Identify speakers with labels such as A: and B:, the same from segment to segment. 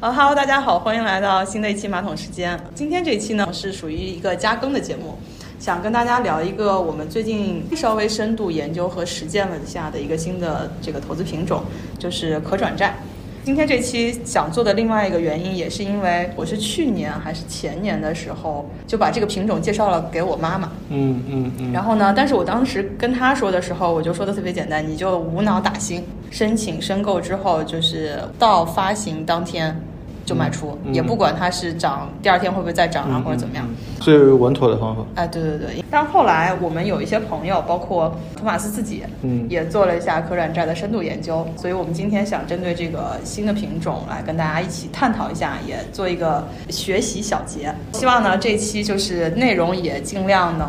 A: 呃哈喽，大家好，欢迎来到新的一期马桶时间。今天这一期呢是属于一个加更的节目，想跟大家聊一个我们最近稍微深度研究和实践了一下的一个新的这个投资品种，就是可转债。今天这期想做的另外一个原因，也是因为我是去年还是前年的时候就把这个品种介绍了给我妈妈，
B: 嗯嗯嗯，
A: 然后呢，但是我当时跟他说的时候，我就说的特别简单，你就无脑打新，申请申购之后，就是到发行当天就卖出，
B: 嗯嗯
A: 也不管它是涨，第二天会不会再涨啊，
B: 嗯
A: 或者怎么样。
B: 嗯嗯最稳妥的方法。
A: 哎，对对对，但后来我们有一些朋友，包括托马斯自己，
B: 嗯
A: 也做了一下可转债的深度研究，所以我们今天想针对这个新的品种来跟大家一起探讨一下，也做一个学习小结。希望呢这期就是内容也尽量能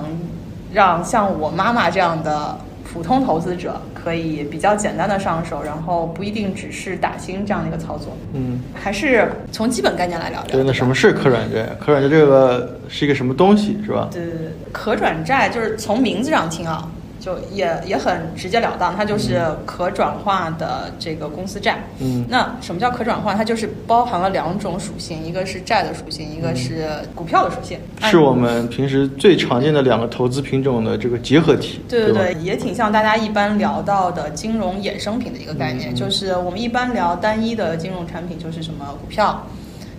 A: 让像我妈妈这样的。普通投资者可以比较简单的上手，然后不一定只是打新这样的一个操作，
B: 嗯，
A: 还是从基本概念来聊聊。
B: 对，那
A: 吧
B: 什么是可转债？可转债这个是一个什么东西，是吧？
A: 对对对，可转债就是从名字上听啊，就也也很直截了当，它就是可转化的这个公司债。
B: 嗯
A: 那什么叫可转化？它就是包含了两种属性，一个是债的属性，一个是股票的属性。
B: 嗯是我们平时最常见的两个投资品种的这个结合体，
A: 对
B: 对
A: 对对
B: 吧，
A: 也挺像大家一般聊到的金融衍生品的一个概念，
B: 嗯嗯
A: 就是我们一般聊单一的金融产品，就是什么股票、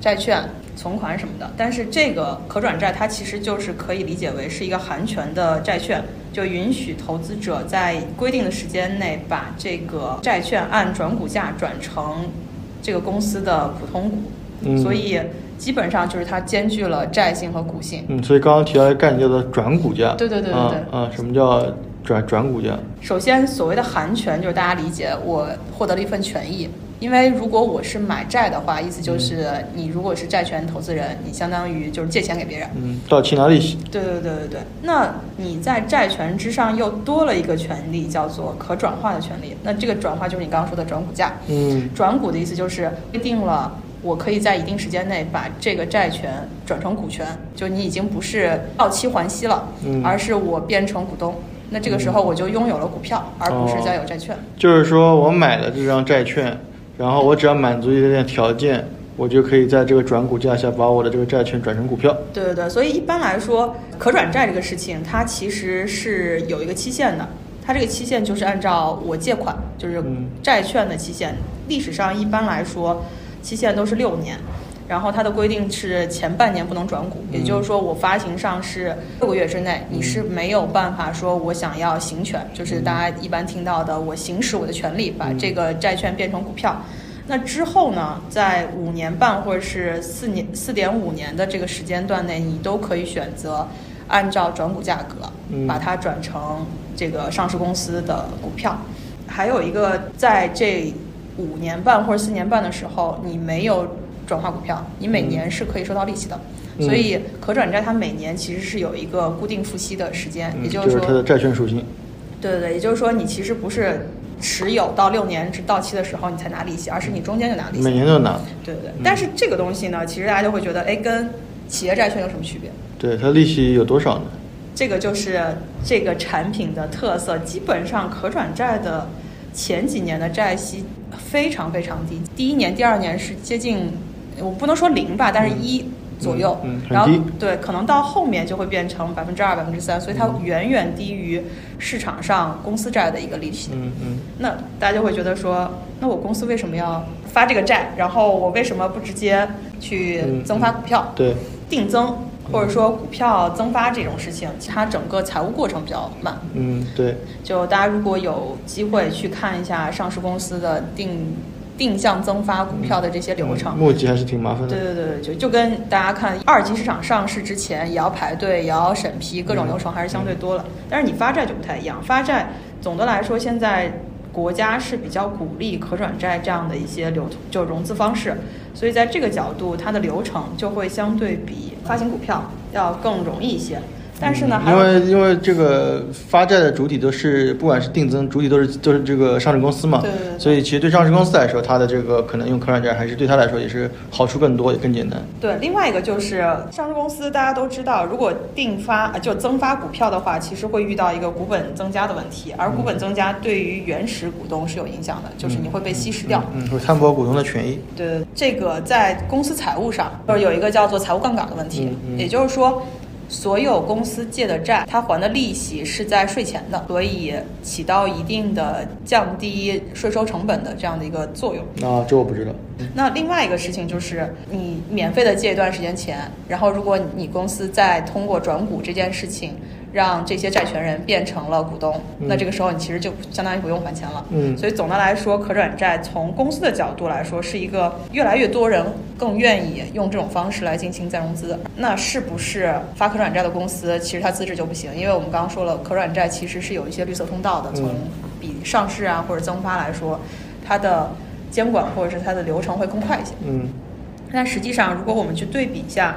A: 债券、存款什么的。但是这个可转债，它其实就是可以理解为是一个含权的债券，就允许投资者在规定的时间内把这个债券按转股价转成这个公司的普通股，
B: 嗯
A: 所以基本上就是它兼具了债性和股性。
B: 嗯，所以刚刚提到的概念叫做转股价。
A: 对对对对
B: 啊
A: 对
B: 啊，什么叫转转股价？
A: 首先，所谓的含权就是大家理解我获得了一份权益，因为如果我是买债的话，意思就是你如果是债权投资人，你相当于就是借钱给别人。
B: 嗯，到期拿利息。
A: 对对对对对，那你在债权之上又多了一个权利，叫做可转化的权利。那这个转化就是你刚刚说的转股价。
B: 嗯
A: 转股的意思就是规定了我可以在一定时间内把这个债权转成股权，就你已经不是到期还息了，
B: 嗯
A: 而是我变成股东。那这个时候我就拥有了股票，而不是
B: 哦
A: 在有债券。
B: 就是说我买了这张债券，然后我只要满足一定的条件，我就可以在这个转股价下把我的这个债券转成股票。
A: 对对对，所以一般来说，可转债这个事情，它其实是有一个期限的。它这个期限就是按照我借款，就是
B: 嗯
A: 债券的期限。历史上一般来说，期限都是六年。然后它的规定是前半年不能转股，也
B: 嗯
A: 就是说，我发行上市六个月之内，你是没有办法说我想要行权，就是大家一般听到的我行使我的权利，把
B: 嗯
A: 这个债券变成股票。那之后呢，在五年半或者是四年四点五年的这个时间段内，你都可以选择按照转股价格
B: 嗯
A: 把它转成这个上市公司的股票。还有一个，在这五年半或者四年半的时候，你没有转化股票，你每年是可以收到利息的。
B: 嗯
A: 所以可转债它每年其实是有一个固定付息的时间，
B: 嗯，
A: 哎也
B: 就
A: 就是
B: 是
A: 说
B: 它的债券属性。
A: 对对对，也就是说你其实不是持有到六年至到期的时候你才拿利息，而是你中间就拿利息。
B: 每年都拿。
A: 对对对。但是这个东西呢，其实大家就会觉得，哎，跟企业债券有什么区别？
B: 对，它利息有多少呢？
A: 这个就是这个产品的特色。基本上可转债的前几年的债息非常非常低，第一年、第二年是接近，我不能说零吧，但是一左右。
B: 嗯嗯嗯很
A: 然后
B: 低
A: 对，可能到后面就会变成百分之二、百分之三，所以它
B: 嗯
A: 远远低于市场上公司债的一个利息。
B: 嗯嗯
A: 那大家就会觉得说，那我公司为什么要发这个债？然后我为什么不直接去
B: 嗯
A: 增发股票、
B: 对，
A: 定增，或者说股票增发这种事情？它整个财务过程比较慢。
B: 嗯对，
A: 就大家如果有机会去看一下上市公司的定定向增发股票的这些流程
B: 嗯，募集还是挺麻烦
A: 对对
B: 的。
A: 对对，就就跟大家看二级市场上市之前也要排队，也要审
B: 嗯
A: 批，各种流程还是相对多了。但是你发债就不太一样，发债总的来说现在国家是比较鼓励可转债这样的一些流就融资方式，所以在这个角度，它的流程就会相对比发行股票要更容易一些。但是呢，还
B: 嗯因
A: 有
B: 为因为这个发债的主体都是，不管是定增，主体都是都是这个上市公司嘛，
A: 对对对
B: 所以其实对上市公司来说，它的这个可能用可转债还是对它来说也是好处更多，也更简单。
A: 对，另外一个就是上市公司，大家都知道，如果定发呃就增发股票的话，其实会遇到一个股本增加的问题，而股本增加对于原始股东是有影响的，就是你会被稀释掉。
B: 嗯，会嗯摊薄股东的权益。
A: 对，这个在公司财务上，就是有一个叫做财务杠杆的问题，
B: 嗯嗯
A: 也就是说。所有公司借的债，它还的利息是在税前的，所以起到一定的降低税收成本的这样的一个作用。
B: 啊，这我不知道。
A: 那另外一个事情就是，你免费的借一段时间钱，然后如果你公司再通过转股这件事情，让这些债权人变成了股东，
B: 嗯
A: 那这个时候你其实就相当于不用还钱了。
B: 嗯
A: 所以总的来说，可转债从公司的角度来说，是一个越来越多人更愿意用这种方式来进行再融资。那是不是发可转债的公司，其实它资质就不行？因为我们刚刚说了，可转债其实是有一些绿色通道的，从
B: 嗯
A: 比上市啊或者增发来说，它的监管或者是它的流程会更快一些。
B: 嗯，
A: 但实际上，如果我们去对比一下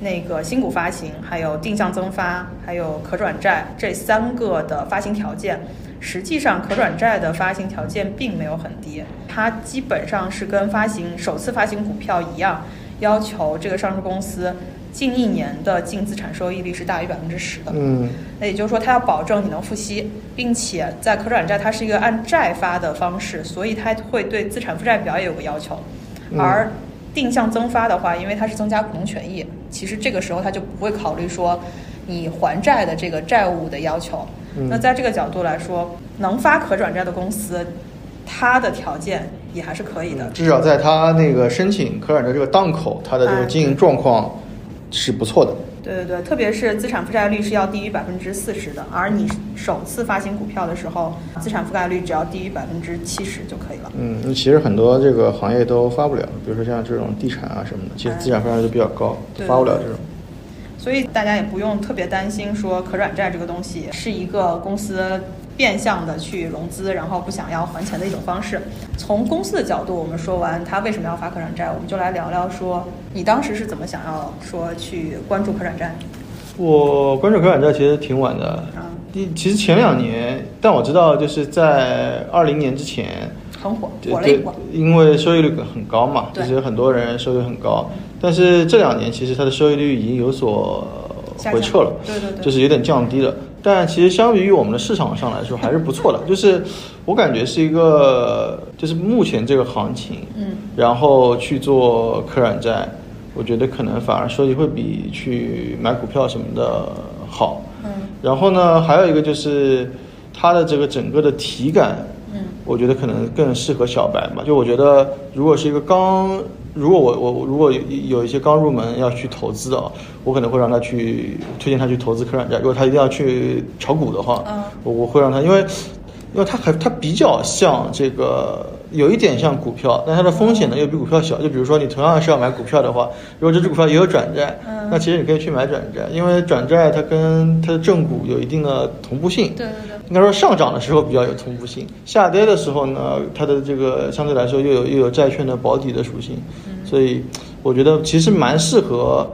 A: 那个新股发行、还有定向增发、还有可转债这三个的发行条件，实际上可转债的发行条件并没有很低，它基本上是跟发行首次发行股票一样，要求这个上市公司近一年的净资产收益率是大于百分之十的。
B: 嗯，
A: 那也就是说，它要保证你能付息，并且在可转债它是一个按债发的方式，所以它会对资产负债表也有个要求。
B: 嗯
A: 而定向增发的话，因为它是增加股东权益，其实这个时候它就不会考虑说你还债的这个债务的要求。
B: 嗯
A: 那在这个角度来说，能发可转债的公司，它的条件也还是可以的。
B: 至少在他那个申请可转债这个档口，他的
A: 嗯
B: 这个经营状况是不错的。
A: 对对对，特别是资产负债率是要低于百分之四十的，而你首次发行股票的时候，资产覆盖率只要低于百分之七十就可以了。
B: 嗯，其实很多这个行业都发不了，比如说像这种地产啊什么的，其实资产负债率都比较高，
A: 嗯对
B: 发不了这种。
A: 所以大家也不用特别担心说可转债这个东西是一个公司变相的去融资，然后不想要还钱的一种方式。从公司的角度，我们说完它为什么要发可转债，我们就来聊聊说你当时是怎么想要说去关注可转债？
B: 我关注可转债其实挺晚的
A: 啊，
B: 第其实前两年，但我知道就是在二零年之前，
A: 很火，
B: 对
A: 火了一
B: 对
A: 波。，
B: 因为收益率很高嘛，就
A: 对
B: 是很多人收益率很高，但是这两年其实它的收益率已经有所
A: 下降
B: 回撤了，
A: 对对对
B: 就是有点降低了。但其实相比于我们的市场上来说，还是不错的。就是我感觉是一个，就是目前这个行情，
A: 嗯，
B: 然后去做可转债，我觉得可能反而收益会比去买股票什么的好。
A: 嗯
B: 然后呢，还有一个就是它的这个整个的体感，
A: 嗯，
B: 我觉得可能更适合小白嘛。就我觉得，如果是一个刚，如果我我如果有有一些刚入门要去投资的啊，我可能会让他去推荐他去投资可转债。如果他一定要去炒股的话，
A: 嗯
B: 我我会让他，因为因为它还它比较像这个。有一点像股票，但它的风险呢又比股票小。就比如说，你同样是要买股票的话，如果这只股票也有转债，
A: 嗯
B: 那其实你可以去买转债，因为转债它跟它的正股有一定的同步性。
A: 对对对。
B: 应该说上涨的时候比较有同步性，下跌的时候呢，它的这个相对来说又有又有债券的保底的属性，
A: 嗯
B: 所以我觉得其实蛮适合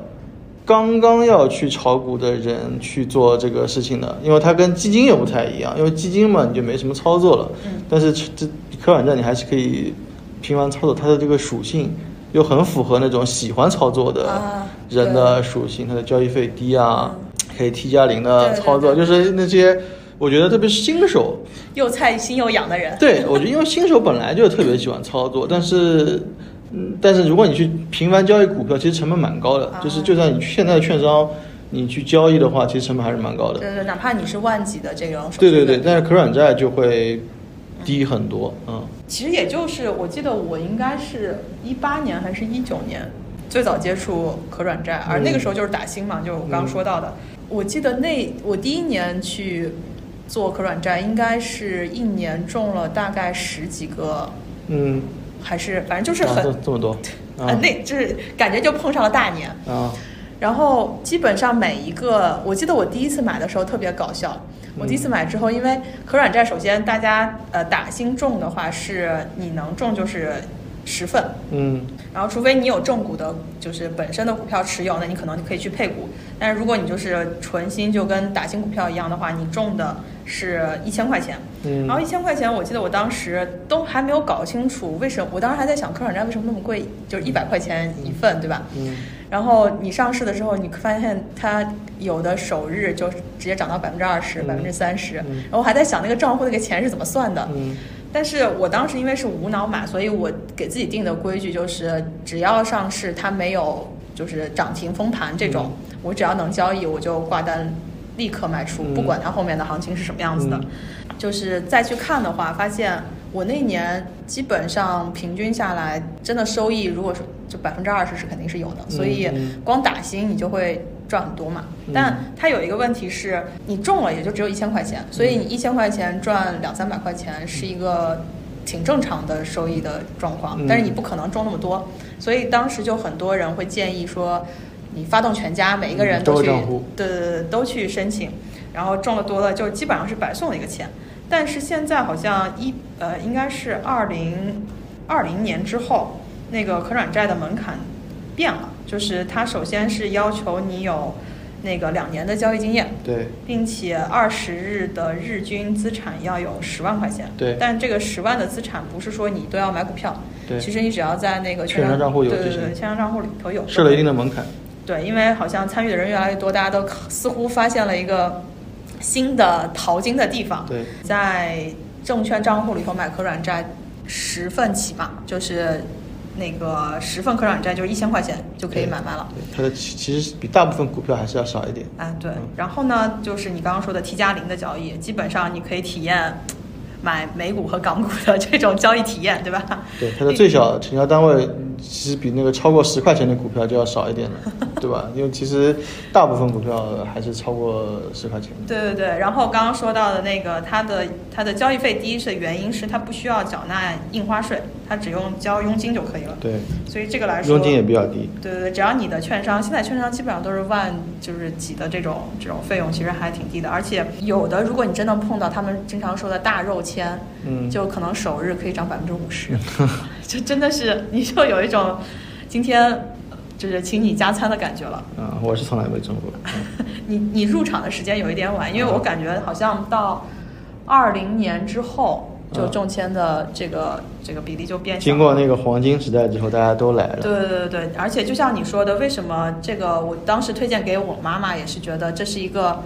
B: 刚刚要去炒股的人去做这个事情的，因为它跟基金也不太一样，因为基金嘛你就没什么操作了，
A: 嗯
B: 但是这可转债你还是可以频繁操作，它的这个属性又很符合那种喜欢操作的
A: 啊
B: 人
A: 对
B: 的呃属性，它的交易费低啊，可以 T 加零的
A: 嗯对对
B: 操作，
A: 对
B: 就是那些我觉得特别是新手，
A: 又菜心又痒的人。
B: 对我觉得因为新手本来就特别喜欢操作，但是。嗯，但是如果你去频繁交易股票，其实成本蛮高的。
A: 啊
B: 就是就算你去现在的券商，你去交易的话，其实成本还是蛮高的。
A: 对对，哪怕你是万级的这种手续
B: 对
A: 费，
B: 对对，但是可转债就会低很多。嗯，
A: 其实也就是我记得我应该是一八年还是一九年最早接触可转债，而
B: 嗯
A: 那个时候就是打新嘛，就是我刚刚说到的。我记得那我第一年去做可转债，应该是一年中了大概十几个，
B: 嗯，
A: 还是反正就是
B: 啊
A: 很
B: 这这 么多，
A: 呃
B: 啊
A: 那就是感觉就碰上了大年。
B: 啊，
A: 然后基本上每一个，我记得我第一次买的时候特别搞笑。我第一次买之后，因为可转债，首先大家呃打新中的话是你能中就是十份，
B: 嗯
A: 然后，除非你有正股的，就是本身的股票持有，那你可能可以去配股。但是如果你就是纯新，就跟打新股票一样的话，你中的是一千块钱。
B: 嗯
A: 然后一千块钱，我记得我当时都还没有搞清楚为什么，我当时还在想科创债为什么那么贵，就是一百块钱一份，对吧？
B: 嗯，
A: 然后你上市的时候，你发现它有的首日就直接涨到百分之二十、
B: 嗯
A: 百分之三十，
B: 嗯
A: 然后我还在想那个账户那个钱是怎么算的。
B: 嗯
A: 但是我当时因为是无脑买，所以我给自己定的规矩就是，只要上市它没有就是涨停封盘这种，我只要能交易我就挂单，立刻卖出，
B: 嗯
A: 不管它后面的行情是什么样子的。
B: 嗯
A: 就是再去看的话，发现我那一年基本上平均下来，真的收益如果是就百分之二十是肯定是有的，
B: 嗯
A: 所以
B: 嗯
A: 光打新你就会赚很多嘛。
B: 嗯
A: 但它有一个问题是，你中了也就只有一千块钱，所以你一千块钱赚两三百块钱是一个挺正常的收益的状况
B: 嗯，
A: 但是你不可能中那么多，所以当时就很多人会建议说，你发动全家每一个人
B: 嗯都有
A: 都去
B: 账户
A: 对对对，都去申请，然后中了多了就基本上是白送的一个钱。但是现在好像一呃，应该是二零二零年之后，那个可转债的门槛变了，就是它首先是要求你有那个两年的交易经验，
B: 对，
A: 并且二十日的日均资产要有十万块钱。
B: 对
A: 但这个十万的资产不是说你都要买股票，
B: 对
A: 其实你只要在那个
B: 券商账户有
A: 对
B: 就
A: 对
B: 行
A: 对，券商账户里头有
B: 设了一定的门槛。
A: 对，因为好像参与的人越来越多，大家都似乎发现了一个新的淘金的地方。
B: 对，
A: 在证券账户里头买可转债，十份起嘛，就是那个十份可转债就是一千块钱就可以买卖了。
B: 对，它的其其实比大部分股票还是要少一点。
A: 哎，对
B: 嗯，
A: 然后呢，就是你刚刚说的 T 加零的交易，基本上你可以体验买美股和港股的这种交易体验，对吧？
B: 对，它的最小成交单位嗯其实比那个超过十块钱的股票就要少一点 了，对吧？因为其实大部分股票还是超过十块钱的。
A: 对对对，然后刚刚说到的那个，它的它的交易费低的原因是它不需要缴纳印花税，它只用交佣金就可以了。
B: 对，
A: 所以这个来说，
B: 佣金也比较低。
A: 对对对，只要你的券商，现在券商基本上都是万就是几的这种这种费用，其实还挺低的。而且有的，如果你真的碰到他们经常说的大肉签，
B: 嗯
A: 就可能首日可以涨百分之五十，就真的是你就有一种今天呃就是请你加餐的感觉了。
B: 啊，我是从来没中 过。嗯
A: 你你入场的时间有一点晚，因为我感觉好像到二零年之后，就
B: 嗯
A: 中签的这个这个比例就变小
B: 经
A: 了。
B: 过那个黄金时代之后，大家都来了。
A: 对对对对，而且就像你说的，为什么这个我当时推荐给我妈妈，也是觉得这是一个，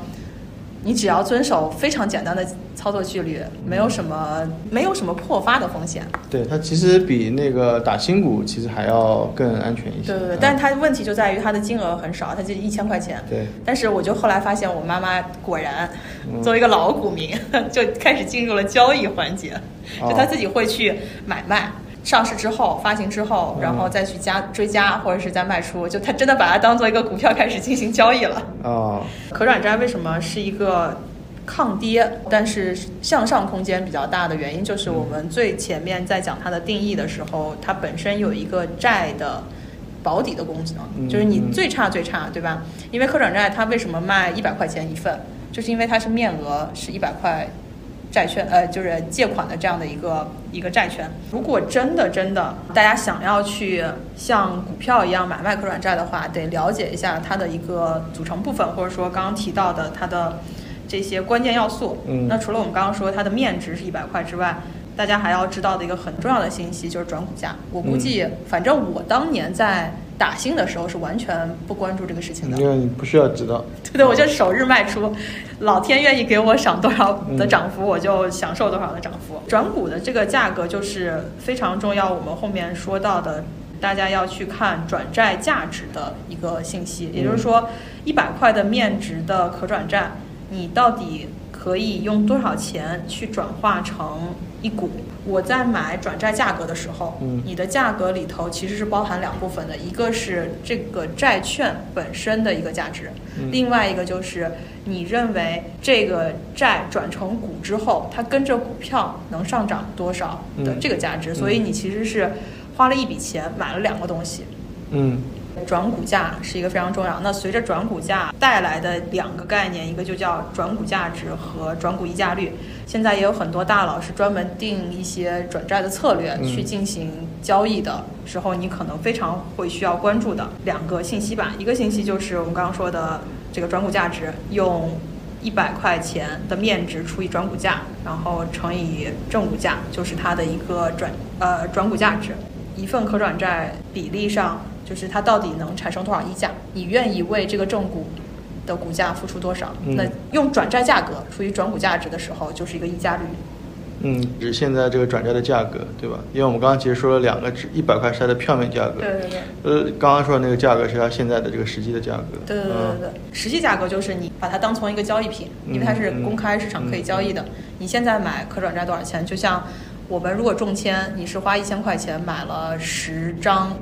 A: 你只要遵守非常简单的操作纪律，没
B: 嗯
A: 有什么没有什么破发的风险。
B: 对，它其实比那个打新股其实还要更安全一些。
A: 对对对
B: 嗯，
A: 但是它问题就在于它的金额很少，它就一千块钱。
B: 对
A: 但是我就后来发现，我妈妈果然
B: 嗯
A: 作为一个老股民， 就开始进入了交易环节，
B: 哦
A: 就她自己会去买卖。上市之后，发行之后，
B: 嗯
A: 然后再去加追加或者是再卖出，就她真的把它当做一个股票开始进行交易了。
B: 哦，
A: 可转债为什么是一个抗跌，但是向上空间比较大的原因，就是我们最前面在讲它的定义的时候，它本身有一个债的保底的功能，
B: 嗯
A: 就是你最差最差，对吧？因为可转债它为什么卖一百块钱一份，就是因为它是面额是一百块。债券，呃，就是借款的这样的一个一个债权。如果真的真的大家想要去像股票一样买卖可转债的话，得了解一下它的一个组成部分，或者说刚刚提到的它的这些关键要素。
B: 嗯
A: 那除了我们刚刚说它的面值是一百块之外，大家还要知道的一个很重要的信息就是转股价。我估计，反正我当年在打新的时候是完全不关注这个事情的。
B: 因为你不需要知道。
A: 对对，我就首日卖出，老天愿意给我赏多少的涨幅，我就享受多少的涨幅。转股的这个价格就是非常重要，我们后面说到的，大家要去看转债价值的一个信息，也就是说，一百块的面值的可转债，你到底可以用多少钱去转化成一股？我在买转债价格的时候，
B: 嗯
A: 你的价格里头其实是包含两部分的，一个是这个债券本身的一个价值，
B: 嗯
A: 另外一个就是你认为这个债转成股之后，它跟着股票能上涨多少的
B: 嗯
A: 这个价值，
B: 嗯
A: 所以你其实是花了一笔钱买了两个东西。
B: 嗯，
A: 转股价是一个非常重要。那随着转股价带来的两个概念，一个就叫转股价值和转股溢价率。现在也有很多大佬是专门定一些转债的策略
B: 嗯
A: 去进行交易的时候，你可能非常会需要关注的两个信息吧。一个信息就是我们刚刚说的这个转股价值，用一百块钱的面值除以转股价，然后乘以正股价，就是它的一个转呃转股价值。一份可转债比例上，就是它到底能产生多少溢价？你愿意为这个正股的股价付出多少？
B: 嗯
A: 那用转债价格除以转股价值的时候，就是一个溢价率。
B: 嗯，指现在这个转债的价格，对吧？因为我们刚刚其实说了两个指一百块是它的票面价格，
A: 对对对。
B: 呃，刚刚说的那个价格是它现在的这个实际的价格，啊
A: 对对对对对，实际价格就是你把它当成一个交易品，因为它是公开市场可以交易的。你现在买可转债多少钱？就像我们如果中签，你是花一千块钱买了十张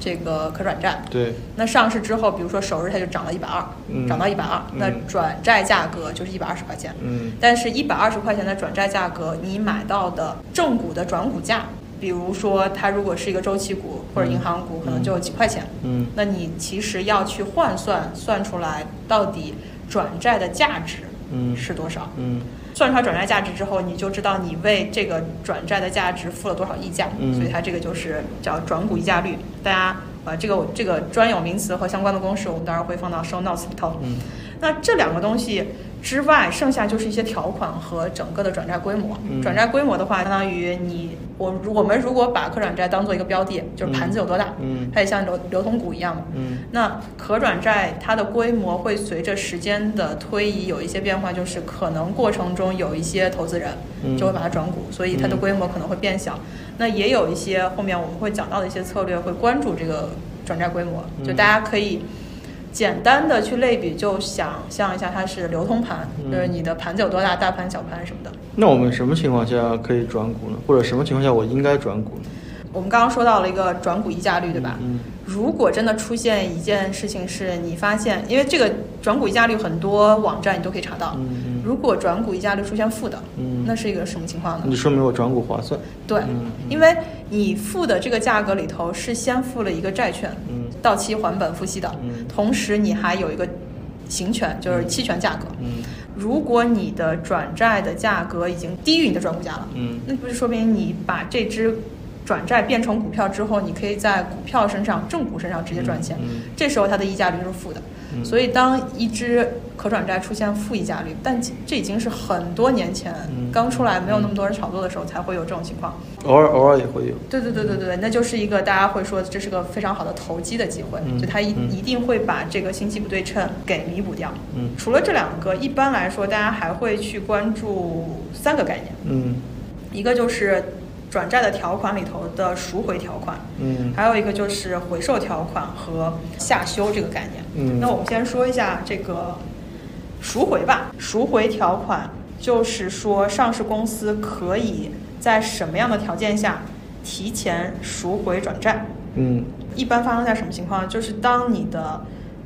A: 这个可转债，
B: 嗯对，
A: 那上市之后，比如说首日它就涨了一百二
B: 嗯，
A: 涨到一百二，那
B: 嗯
A: 转债价格就是一百二十块钱。
B: 嗯
A: 但是，一百二十块钱的转债价格，你买到的正股的转股价，比如说它如果是一个周期股或者银行股，可能就几块钱。
B: 嗯
A: 那你其实要去换算，算出来到底转债的价值
B: 嗯
A: 是多少。
B: 嗯
A: 算出来转债价值之后，你就知道你为这个转债的价值付了多少溢价，
B: 嗯
A: 所以它这个就是叫转股溢价率。大家呃，这个这个专有名词和相关的公式，我们到时候会放到 show notes 里头。
B: 嗯
A: 那这两个东西之外，剩下就是一些条款和整个的转债规模。
B: 嗯
A: 转债规模的话，相当于你我如我们如果把可转债当做一个标的，就是盘子有多大，
B: 嗯
A: 它也像流流通股一样嘛。
B: 嗯
A: 那可转债它的规模会随着时间的推移有一些变化，就是可能过程中有一些投资人
B: 嗯
A: 就会把它转股，所以它的规模可能会变小。那也有一些后面我们会讲到的一些策略会关注这个转债规模，
B: 嗯
A: 就大家可以。简单的去类比，就想象一下它是流通盘，
B: 嗯
A: 就是你的盘子有多大，大盘、小盘什么的。
B: 那我们什么情况下可以转股呢？或者什么情况下我应该转股呢？
A: 我们刚刚说到了一个转股溢价率，对吧？
B: 嗯
A: 如果真的出现一件事情，是你发现，因为这个转股溢价率很多网站你都可以查到，
B: 嗯嗯
A: 如果转股溢价率出现负的，
B: 嗯
A: 那是一个什么情况
B: 那就
A: 呢？
B: 说明我转股划算。
A: 对
B: 嗯，
A: 因为你付的这个价格里头是先付了一个债券，
B: 嗯
A: 到期还本付息的
B: 嗯，
A: 同时你还有一个行权，就是期权价格。
B: 嗯
A: 如果你的转债的价格已经低于你的转股价了，
B: 嗯
A: 那不是说明你把这只转债变成股票之后，你可以在股票身上、正股身上直接赚钱，
B: 嗯嗯
A: 这时候它的溢价率就是负的。
B: 嗯
A: 所以，当一只可转债出现负溢价率，但其这已经是很多年前、
B: 嗯
A: 刚出来没有那么多人炒作的时候才会有这种情况。
B: 偶尔偶尔也会有。
A: 对对对对对，那就是一个大家会说这是个非常好的投机的机会，
B: 嗯
A: 就它一、
B: 嗯
A: 一定会把这个信息不对称给弥补掉。
B: 嗯
A: 除了这两个，一般来说大家还会去关注三个概念，
B: 嗯
A: 一个就是转债的条款里头的赎回条款，
B: 嗯
A: 还有一个就是回售条款和下修这个概念。
B: 嗯
A: 那我们先说一下这个赎回吧。赎回条款就是说，上市公司可以在什么样的条件下提前赎回转债？
B: 嗯
A: 一般发生在什么情况？就是当你的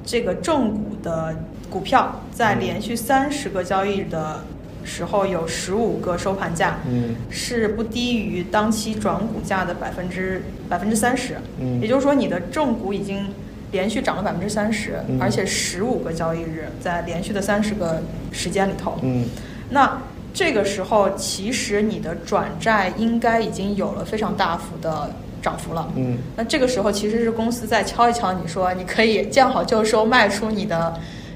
A: 这个正股的股票在连续三十个交易日的时候，有十五个收盘价，
B: 嗯
A: 是不低于当期转股价的百分之百分之三十。
B: 嗯
A: 也就是说，你的正股已经连续涨了百分之三十
B: 嗯，
A: 而且十五个交易日，在连续的三十个时间里头，
B: 嗯
A: 那这个时候其实你的转债应该已经有了非常大幅的涨幅了。
B: 嗯
A: 那这个时候其实是公司在敲一敲你说，你可以见好就收，卖出你的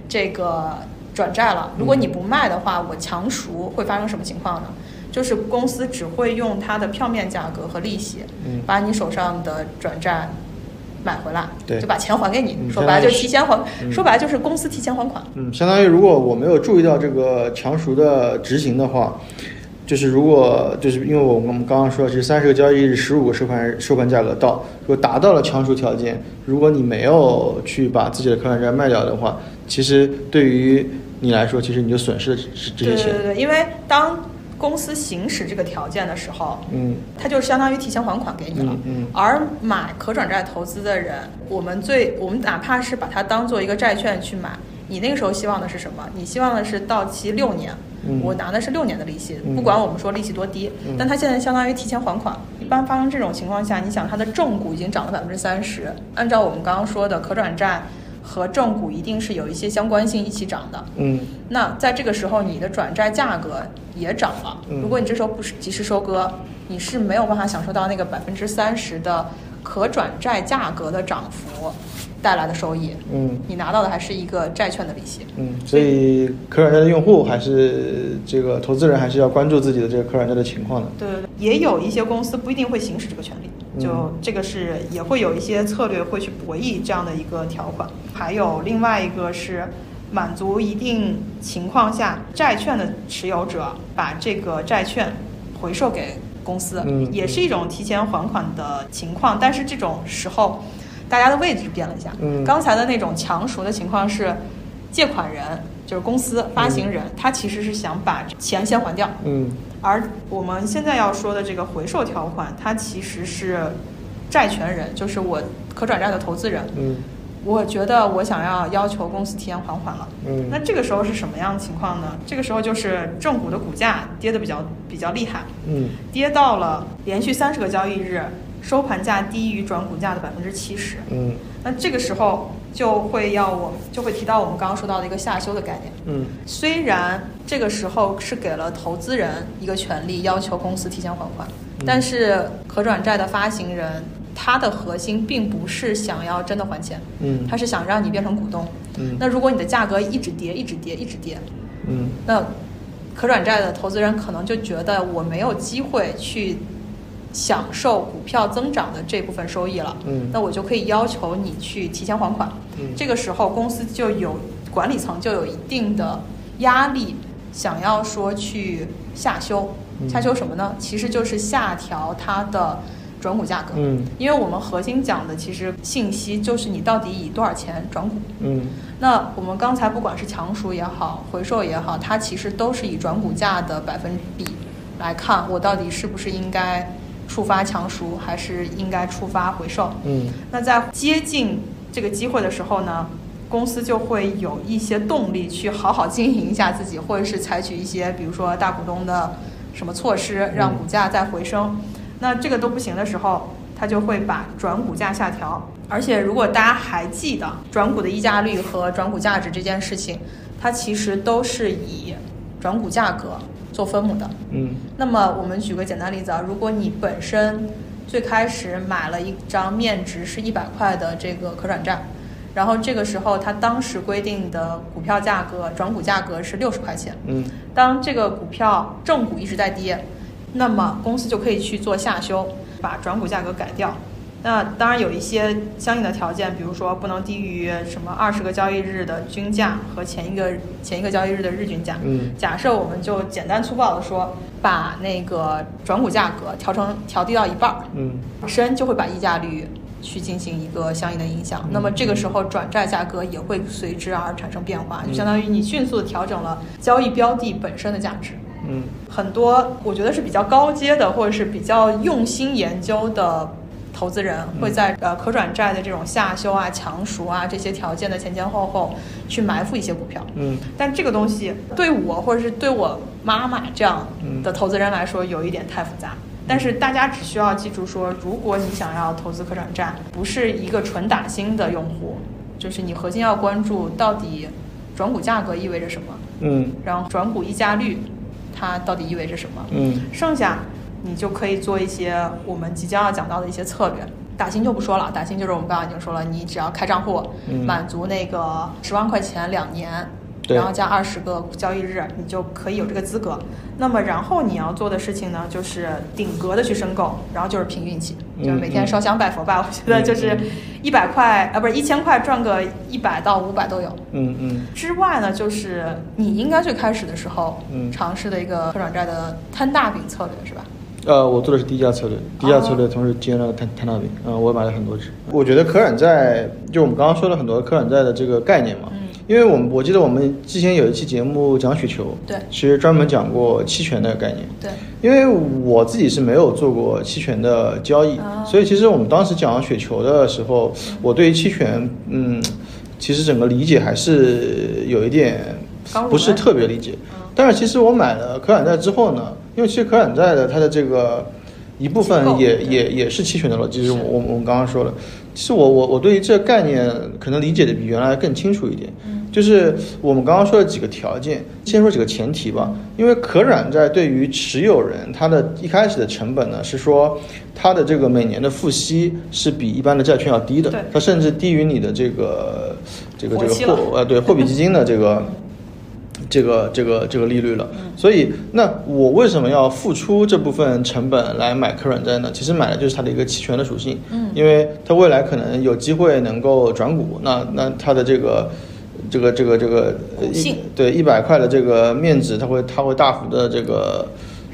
A: 这个转债了。如果
B: 嗯
A: 你不卖的话，我强赎会发生什么情况呢？就是公司只会用它的票面价格和利息
B: 嗯，
A: 把你手上的转债买回来，
B: 对
A: 就把钱还给你。
B: 嗯
A: 说白了就是
B: 相当于是
A: 提前还，
B: 嗯
A: 说白了就是公司提前还款。
B: 嗯，相当于如果我没有注意到这个强赎的执行的话，就是如果就是因为我们刚刚说，其实三十个交易日十五个收盘收盘价格到，如果达到了强赎条件，如果你没有去把自己的可转债卖掉的话，其实对于你来说，其实你就损失了这这
A: 对
B: 些
A: 对
B: 钱。
A: 对，因为当公司行使这个条件的时候，
B: 嗯
A: 它就相当于提前还款给你了。
B: 嗯嗯
A: 而买可转债投资的人，我们最我们哪怕是把它当做一个债券去买，你那个时候希望的是什么？你希望的是到期六年，
B: 嗯
A: 我拿的是六年的利息，
B: 嗯
A: 不管我们说利息多低，
B: 嗯
A: 但它现在相当于提前还款，般发生这种情况下，你想它的正股已经涨了百分之三十，按照我们刚刚说的可转债和正股一定是有一些相关性一起涨的。
B: 嗯，
A: 那在这个时候，你的转债价格也涨了。
B: 嗯
A: 如果你这时候不是及时收割，你是没有办法享受到那个百分之三十的可转债价格的涨幅带来的收益。
B: 嗯
A: 你拿到的还是一个债券的利息。
B: 嗯，所以可转债的用户还是这个投资人还是要关注自己的这个可转债的情况的。
A: 对对对，也有一些公司不一定会行使这个权利，
B: 嗯
A: 就这个是也会有一些策略会去博弈这样的一个条款。还有另外一个是满足一定情况下，债券的持有者把这个债券回售给公司，
B: 嗯
A: 也是一种提前还款的情况。但是这种时候，大家的位置变了一下。
B: 嗯
A: 刚才的那种强赎的情况是，借款人就是公司发行人，他其实是想把钱先还掉。
B: 嗯
A: 而我们现在要说的这个回售条款，它其实是债权人，就是我可转债的投资人。
B: 嗯
A: 我觉得我想要要求公司提前还款了。
B: 嗯
A: 那这个时候是什么样的情况呢？这个时候就是正股的股价跌得比较比较厉害，
B: 嗯
A: 跌到了连续三十个交易日收盘价低于转股价的百分之七十。
B: 嗯
A: 那这个时候就会要我就会提到我们刚刚说到的一个下修的概念。
B: 嗯
A: 虽然这个时候是给了投资人一个权利，要求公司提前还款，
B: 嗯
A: 但是可转债的发行人他的核心并不是想要真的还钱，
B: 嗯
A: 他是想让你变成股东。
B: 嗯
A: 那如果你的价格一直跌，一直跌，一直跌，
B: 嗯
A: 那可转债的投资人可能就觉得我没有机会去享受股票增长的这部分收益了，
B: 嗯
A: 那我就可以要求你去提前还款，
B: 嗯
A: 这个时候公司就有管理层就有一定的压力，想要说去下修，
B: 嗯
A: 下修什么呢？其实就是下调它的转股价格，
B: 嗯
A: 因为我们核心讲的其实信息就是你到底以多少钱转股，
B: 嗯
A: 那我们刚才不管是强赎也好，回售也好，它其实都是以转股价的百分比来看，我到底是不是应该触发强赎，还是应该触发回售？
B: 嗯
A: 那在接近这个机会的时候呢，公司就会有一些动力去好好经营一下自己，或者是采取一些比如说大股东的什么措施，让股价再回升。那这个都不行的时候，它就会把转股价下调。而且如果大家还记得转股的溢价率和转股价值这件事情，它其实都是以转股价格做分母的。
B: 嗯
A: 那么我们举个简单例子啊，如果你本身最开始买了一张面值是一百块的这个可转债，然后这个时候它当时规定的股票价格转股价格是六十块钱，
B: 嗯
A: 当这个股票正股一直在跌，那么公司就可以去做下修，把转股价格改掉。那当然有一些相应的条件，比如说不能低于什么二十个交易日的均价和前一个前一个交易日的日均价。
B: 嗯
A: 假设我们就简单粗暴的说，把那个转股价格调成调低到一半儿，
B: 嗯
A: 本身就会把溢价率去进行一个相应的影响
B: 嗯。
A: 那么这个时候转债价格也会随之而产生变化，
B: 嗯
A: 就相当于你迅速地调整了交易标的本身的价值。
B: 嗯
A: 很多我觉得是比较高阶的，或者是比较用心研究的投资人，
B: 嗯
A: 会在呃可转债的这种下修啊、强赎啊这些条件的前前后后去埋伏一些股票。
B: 嗯
A: 但这个东西对我或者是对我妈妈这样的投资人来说，有一点太复杂。但是大家只需要记住说，如果你想要投资可转债，不是一个纯打新的用户，就是你核心要关注到底转股价格意味着什么，
B: 嗯
A: 然后转股溢价率它到底意味着什么。
B: 嗯
A: 剩下你就可以做一些我们即将要讲到的一些策略。打新就不说了，打新就是我们刚刚已经说了，你只要开账户，
B: 嗯
A: 满足那个十万块钱两年，
B: 对
A: 然后加二十个交易日，你就可以有这个资格。那么然后你要做的事情呢，就是顶格的去申购，然后就是凭运气，
B: 嗯
A: 就是每天烧香拜佛吧。我觉得就是一百块啊，不是一千块赚个一百到五百都有。
B: 嗯嗯
A: 之外呢，就是你应该最开始的时候
B: 嗯
A: 尝试的一个可转债的摊大饼策略是吧？
B: 呃，我做的是低价策略，低价
A: 哦
B: 策略同时接了摊摊大饼，嗯、我也买了很多只。我觉得可转债，就我们刚刚说了很多可转债的这个概念嘛，
A: 嗯
B: 因为我们我记得我们之前有一期节目讲雪球，
A: 对
B: 其实专门讲过期权的概念，
A: 对，
B: 因为我自己是没有做过期权的交易，
A: 哦
B: 所以其实我们当时讲雪球的时候，我对于期权，嗯，其实整个理解还是有一点
A: 刚入门
B: 不是
A: 嗯
B: 特别理解。但是其实我买了可转债之后呢，因为其实可转债的它的这个一部分
A: 机构
B: 也
A: 对
B: 也也是期权的逻辑，就是我我我们刚刚说了。其实我我我对于这个概念可能理解的比原来更清楚一点，就是我们刚刚说的几个条件，先说几个前提吧。因为可转债对于持有人，它的一开始的成本呢是说，它的这个每年的付息是比一般的债券要低的
A: 对，
B: 它甚至低于你的这个这个这
A: 活
B: 个
A: 期了
B: 货呃对货币基金的这个这个这个这个利率了。
A: 嗯
B: 所以，那我为什么要付出这部分成本来买可转债呢？其实买的就是它的一个期权的属性，嗯，因为它未来可能有机会能够转股，那那它的这个。这个这个这个呃
A: 股
B: 一
A: 性
B: 对一百块的这个面值，它会它会大幅的这个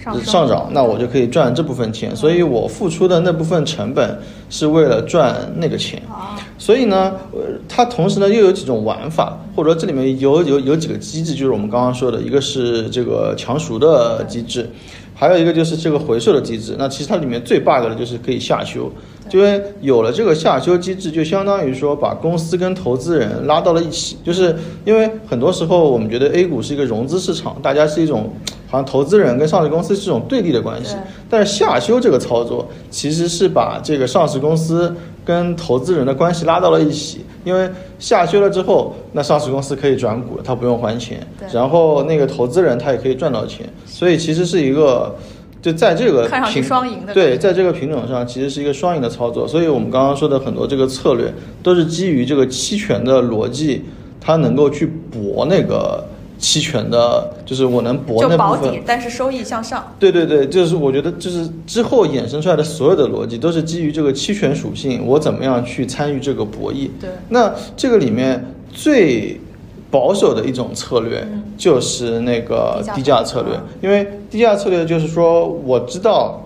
A: 上嗯升
B: 上涨，那我就可以赚这部分钱，所以我付出的那部分成本是为了赚那个钱。
A: 啊，
B: 所以呢，呃，它同时呢又有几种玩法，或者说这里面有有有几个机制，就是我们刚刚说的，一个是这个强赎的机制，还有一个就是这个回售的机制。那其实它里面最 bug 的就是可以下修，因为有了这个下修机制，就相当于说把公司跟投资人拉到了一起，就是因为很多时候我们觉得 A 股是一个融资市场，大家是一种。好像投资人跟上市公司是一种对立的关系
A: 对，
B: 但是下修这个操作其实是把这个上市公司跟投资人的关系拉到了一起，因为下修了之后，那上市公司可以转股，他不用还钱
A: 对，
B: 然后那个投资人他也可以赚到钱，所以其实是一个就在这个
A: 看上去
B: 品
A: 双赢的
B: 对，在这个品种上其实是一个双赢的操作，所以我们刚刚说的很多这个策略都是基于这个期权的逻辑，它能够去搏那个期权的，就是我能搏
A: 就
B: 那
A: 保
B: 部分
A: 底，但是收益向上。
B: 对对对，就是我觉得就是之后衍生出来的所有的逻辑都是基于这个期权属性，我怎么样去参与这个博弈。
A: 对
B: 那这个里面最保守的一种策略
A: 嗯
B: 就是那个低
A: 低价
B: 价
A: 策
B: 策
A: 略啊
B: 略，因为低价策略就是说我知道，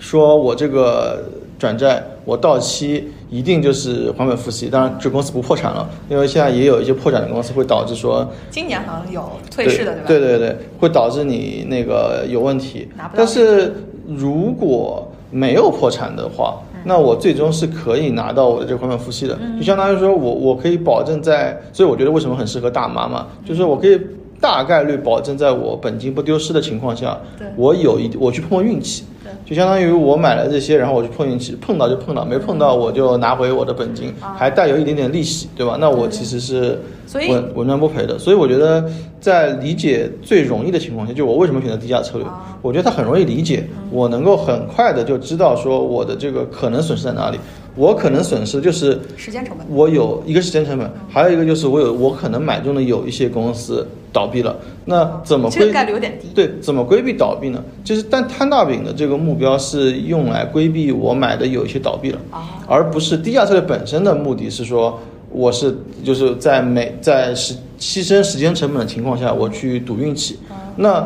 B: 说我这个转债我到期。一定就是还本付息，当然这公司不破产了，因为现在也有一些破产的公司会导致说
A: 今年好像有退市的，对吧？
B: 对对对，会导致你那个有问题
A: 拿不。到
B: 但是如果没有破产的话，
A: 嗯
B: 那我最终是可以拿到我的这个还款付息的，就相当于说我我可以保证在，所以我觉得为什么很适合大妈嘛，
A: 嗯
B: 就是我可以。大概率保证在我本金不丢失的情况下
A: 对，
B: 我有一我去碰碰运气，
A: 对
B: 就相当于我买了这些，然后我去碰运气，碰到就碰到，没碰到我就拿回我的本金，
A: 嗯啊
B: 还带有一点点利息，对吧？那我
A: 对
B: 其实是
A: 所以
B: 稳稳赚不赔的。所以我觉得在理解最容易的情况下，就我为什么选择低价策略
A: 啊，
B: 我觉得它很容易理解，
A: 嗯
B: 我能够很快的就知道说我的这个可能损失在哪里。我可能损失就是
A: 时间成本。
B: 我有一个时间成本，还有一个就是我有我可能买中的有一些公司倒闭了，那怎么
A: 这
B: 规
A: 个概率有点低。
B: 对，怎么规避倒闭呢？就是但摊大饼的这个目标是用来规避我买的有一些倒闭了，
A: 啊，
B: 而不是低价策略本身的目的是说，我是就是在每在时牺牲时间成本的情况下，我去赌运气。
A: 嗯
B: 那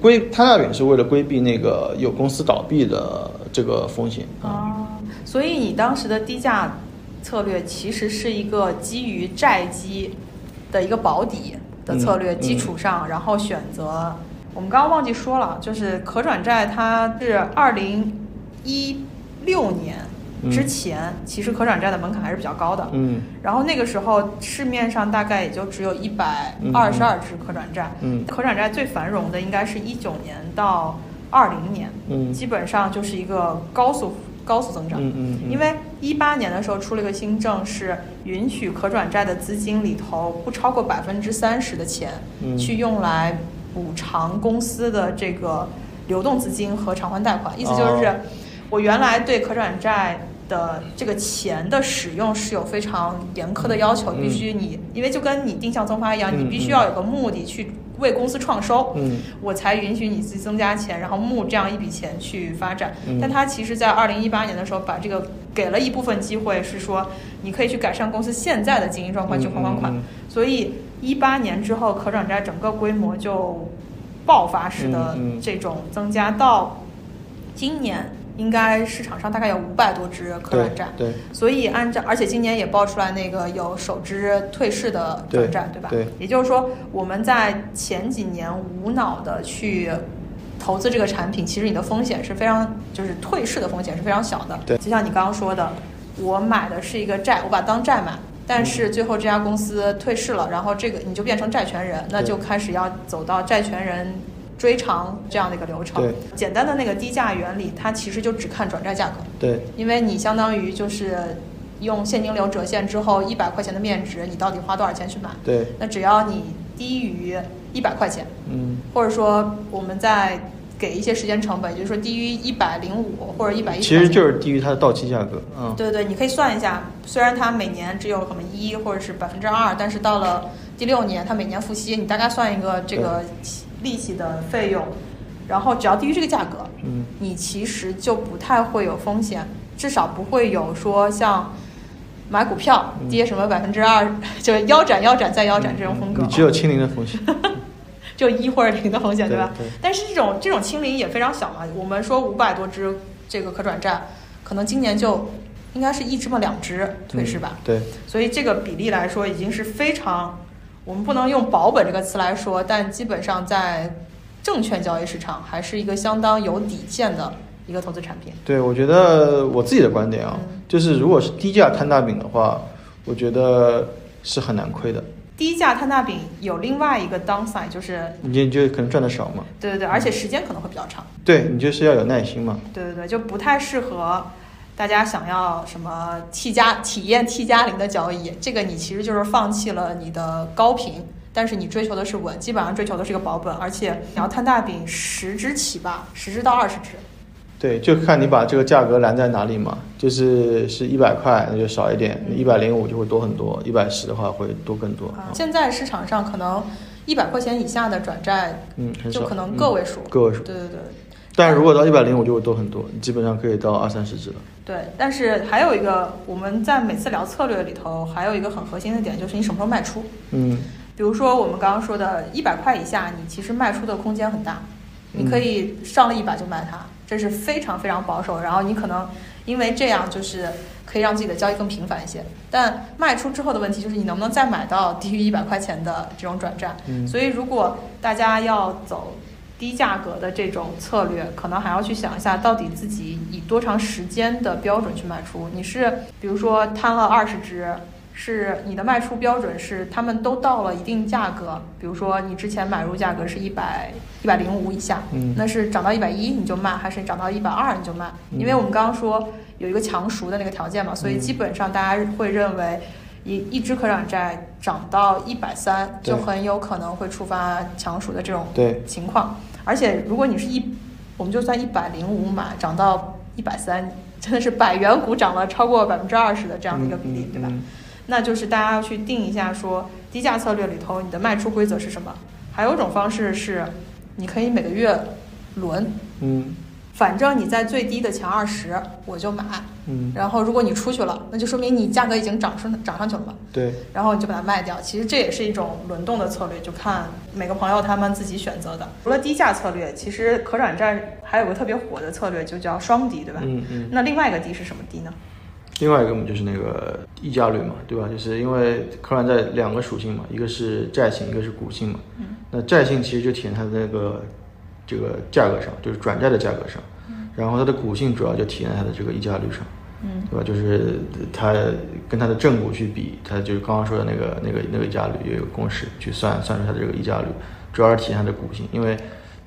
B: 规摊大饼是为了规避那个有公司倒闭的这个风险啊。
A: 啊，所以你当时的低价策略其实是一个基于债基的一个保底的策略
B: 嗯
A: 基础上，然后选择。我们刚刚忘记说了，就是可转债，它是二零一六年之
B: 嗯
A: 前，其实可转债的门槛还是比较高的。
B: 嗯
A: 然后那个时候市面上大概也就只有一百
B: 嗯
A: 二十二只可转债，
B: 嗯
A: 可转债最繁荣的应该是一九年到二零年，
B: 嗯
A: 基本上就是一个高速高速增长。
B: 嗯嗯，嗯
A: 因为一八年的时候出了一个新政，是允许可转债的资金里头不超过百分之三十的钱，
B: 嗯
A: 去用来补偿公司的这个流动资金和偿还贷款。意思就是，
B: 哦
A: 我原来对可转债的这个钱的使用是有非常严苛的要求，
B: 嗯
A: 必须你，因为就跟你定向增发一样，
B: 嗯
A: 你必须要有个目的去为公司创收。
B: 嗯
A: 我才允许你自己增加钱，然后募这样一笔钱去发展。
B: 嗯
A: 但他其实，在二零一八年的时候，把这个给了一部分机会，是说你可以去改善公司现在的经营状况，去还还款。
B: 嗯嗯
A: 所以一八年之后，可转债整个规模就爆发式的
B: 嗯嗯
A: 这种增加，到今年应该市场上大概有五百多只可
B: 对
A: 转债。
B: 对
A: 所以按照，而且今年也爆出来那个有首支退市的转债，
B: 对
A: 对吧？
B: 对
A: 也就是说，我们在前几年无脑的去投资这个产品，其实你的风险是非常，就是退市的风险是非常小的。
B: 对
A: 就像你刚刚说的，我买的是一个债，我把它当债买。但是
B: 嗯
A: 最后这家公司退市了，然后这个你就变成债权人，那
B: 对
A: 就开始要走到债权人追偿这样的一个流程
B: 对。
A: 简单的那个低价原理，它其实就只看转债价格，
B: 对
A: 因为你相当于就是用现金流折现之后，一百块钱的面值，你到底花多少钱去买？
B: 对，
A: 那只要你低于一百块钱，
B: 嗯
A: 或者说我们再给一些时间成本，也就是说低于一百零五或者一百一，
B: 其实就是低于它的到期价格啊。
A: 对对，你可以算一下，虽然它每年只有可能一或者是百分之二，但是到了第六年，它每年付息，你大概算一个这个利息的费用，然后只要低于这个价格，
B: 嗯，
A: 你其实就不太会有风险，至少不会有说像买股票
B: 嗯
A: 跌什么百分之二， 就是腰斩腰斩再腰斩这种风格，
B: 你只有清零的 风险。
A: 就一或者零的风险，
B: 对
A: 吧？
B: 对
A: 但是这种这种清零也非常小嘛，我们说五百多只这个可转债，可能今年就应该是一只嘛两只退市吧
B: 嗯，对，
A: 所以这个比例来说已经是非常，我们不能用保本这个词来说，但基本上在证券交易市场还是一个相当有底线的一个投资产品。
B: 对，我觉得我自己的观点啊，
A: 嗯
B: 就是如果是低价摊大饼的话，我觉得是很难亏的，
A: 低价摊大饼有另外一个 downside，就是
B: 你就可能赚的少嘛。
A: 对对对，而且
B: 嗯
A: 时间可能会比较长。
B: 对你就是要有耐心嘛。
A: 对对对，就不太适合大家想要什么 T 加体验 T 加零的交易，这个你其实就是放弃了你的高频，但是你追求的是稳，基本上追求的是一个保本，而且你要摊大饼十只起吧，十只到二十只。
B: 对，就看你把这个价格拦在哪里嘛。就是是一百块，那就少一点；一百零五就会多很多；一百十的话会多更多。
A: 啊，现在市场上可能一百块钱以下的转债
B: 嗯，很少，
A: 就可能个位数，
B: 嗯个位数。
A: 对对对。
B: 但如果到一百零五就会多很多，你基本上可以到二三十只了。
A: 对，但是还有一个，我们在每次聊策略里头，还有一个很核心的点，就是你什么时候卖出。
B: 嗯，
A: 比如说我们刚刚说的，一百块以下，你其实卖出的空间很大，
B: 嗯
A: 你可以上了一百就卖它，这是非常非常保守。然后你可能因为这样，就是可以让自己的交易更频繁一些。但卖出之后的问题就是，你能不能再买到低于一百块钱的这种转债？
B: 嗯
A: 所以如果大家要走低价格的这种策略，可能还要去想一下，到底自己以多长时间的标准去卖出。你是比如说摊了二十只，是你的卖出标准是他们都到了一定价格，比如说你之前买入价格是一百一百零五以下，
B: 嗯
A: 那是涨到一百一你就卖，还是涨到一百二你就卖？
B: 嗯
A: 因为我们刚刚说有一个强赎的那个条件嘛，所以
B: 嗯
A: 基本上大家会认为。一一只可转债涨到一百三，就
B: 对
A: 很有可能会触发强赎的这种
B: 对
A: 情况。而且如果你是一，我们就算一百零五买涨到一百三，真的是百元股涨了超过百分之二十的这样的一个比例，
B: 嗯
A: 对吧？
B: 嗯
A: 那就是大家要去定一下说，低价策略里头你的卖出规则是什么。还有一种方式是，你可以每个月轮，
B: 嗯
A: 反正你在最低的前二十我就买，
B: 嗯，
A: 然后如果你出去了，那就说明你价格已经涨上涨上去了嘛。
B: 对，
A: 然后你就把它卖掉。其实这也是一种轮动的策略，就看每个朋友他们自己选择的。除了低价策略，其实可转债还有个特别火的策略，就叫双低，对吧？
B: 嗯嗯。
A: 那另外一个低是什么低呢？
B: 另外一个嘛，就是那个溢价率嘛，对吧？就是因为可转债两个属性嘛，一个是债性，一个是股性嘛。那债性其实就体现它的那个这个价格上，就是转债的价格上。然后它的股性主要就体现它的这个溢价率上，
A: 嗯，
B: 对吧？就是它跟它的正股去比，它就是刚刚说的那个那个那个溢价率有一个公式去算算出它的这个溢价率，主要是体现它的股性，因为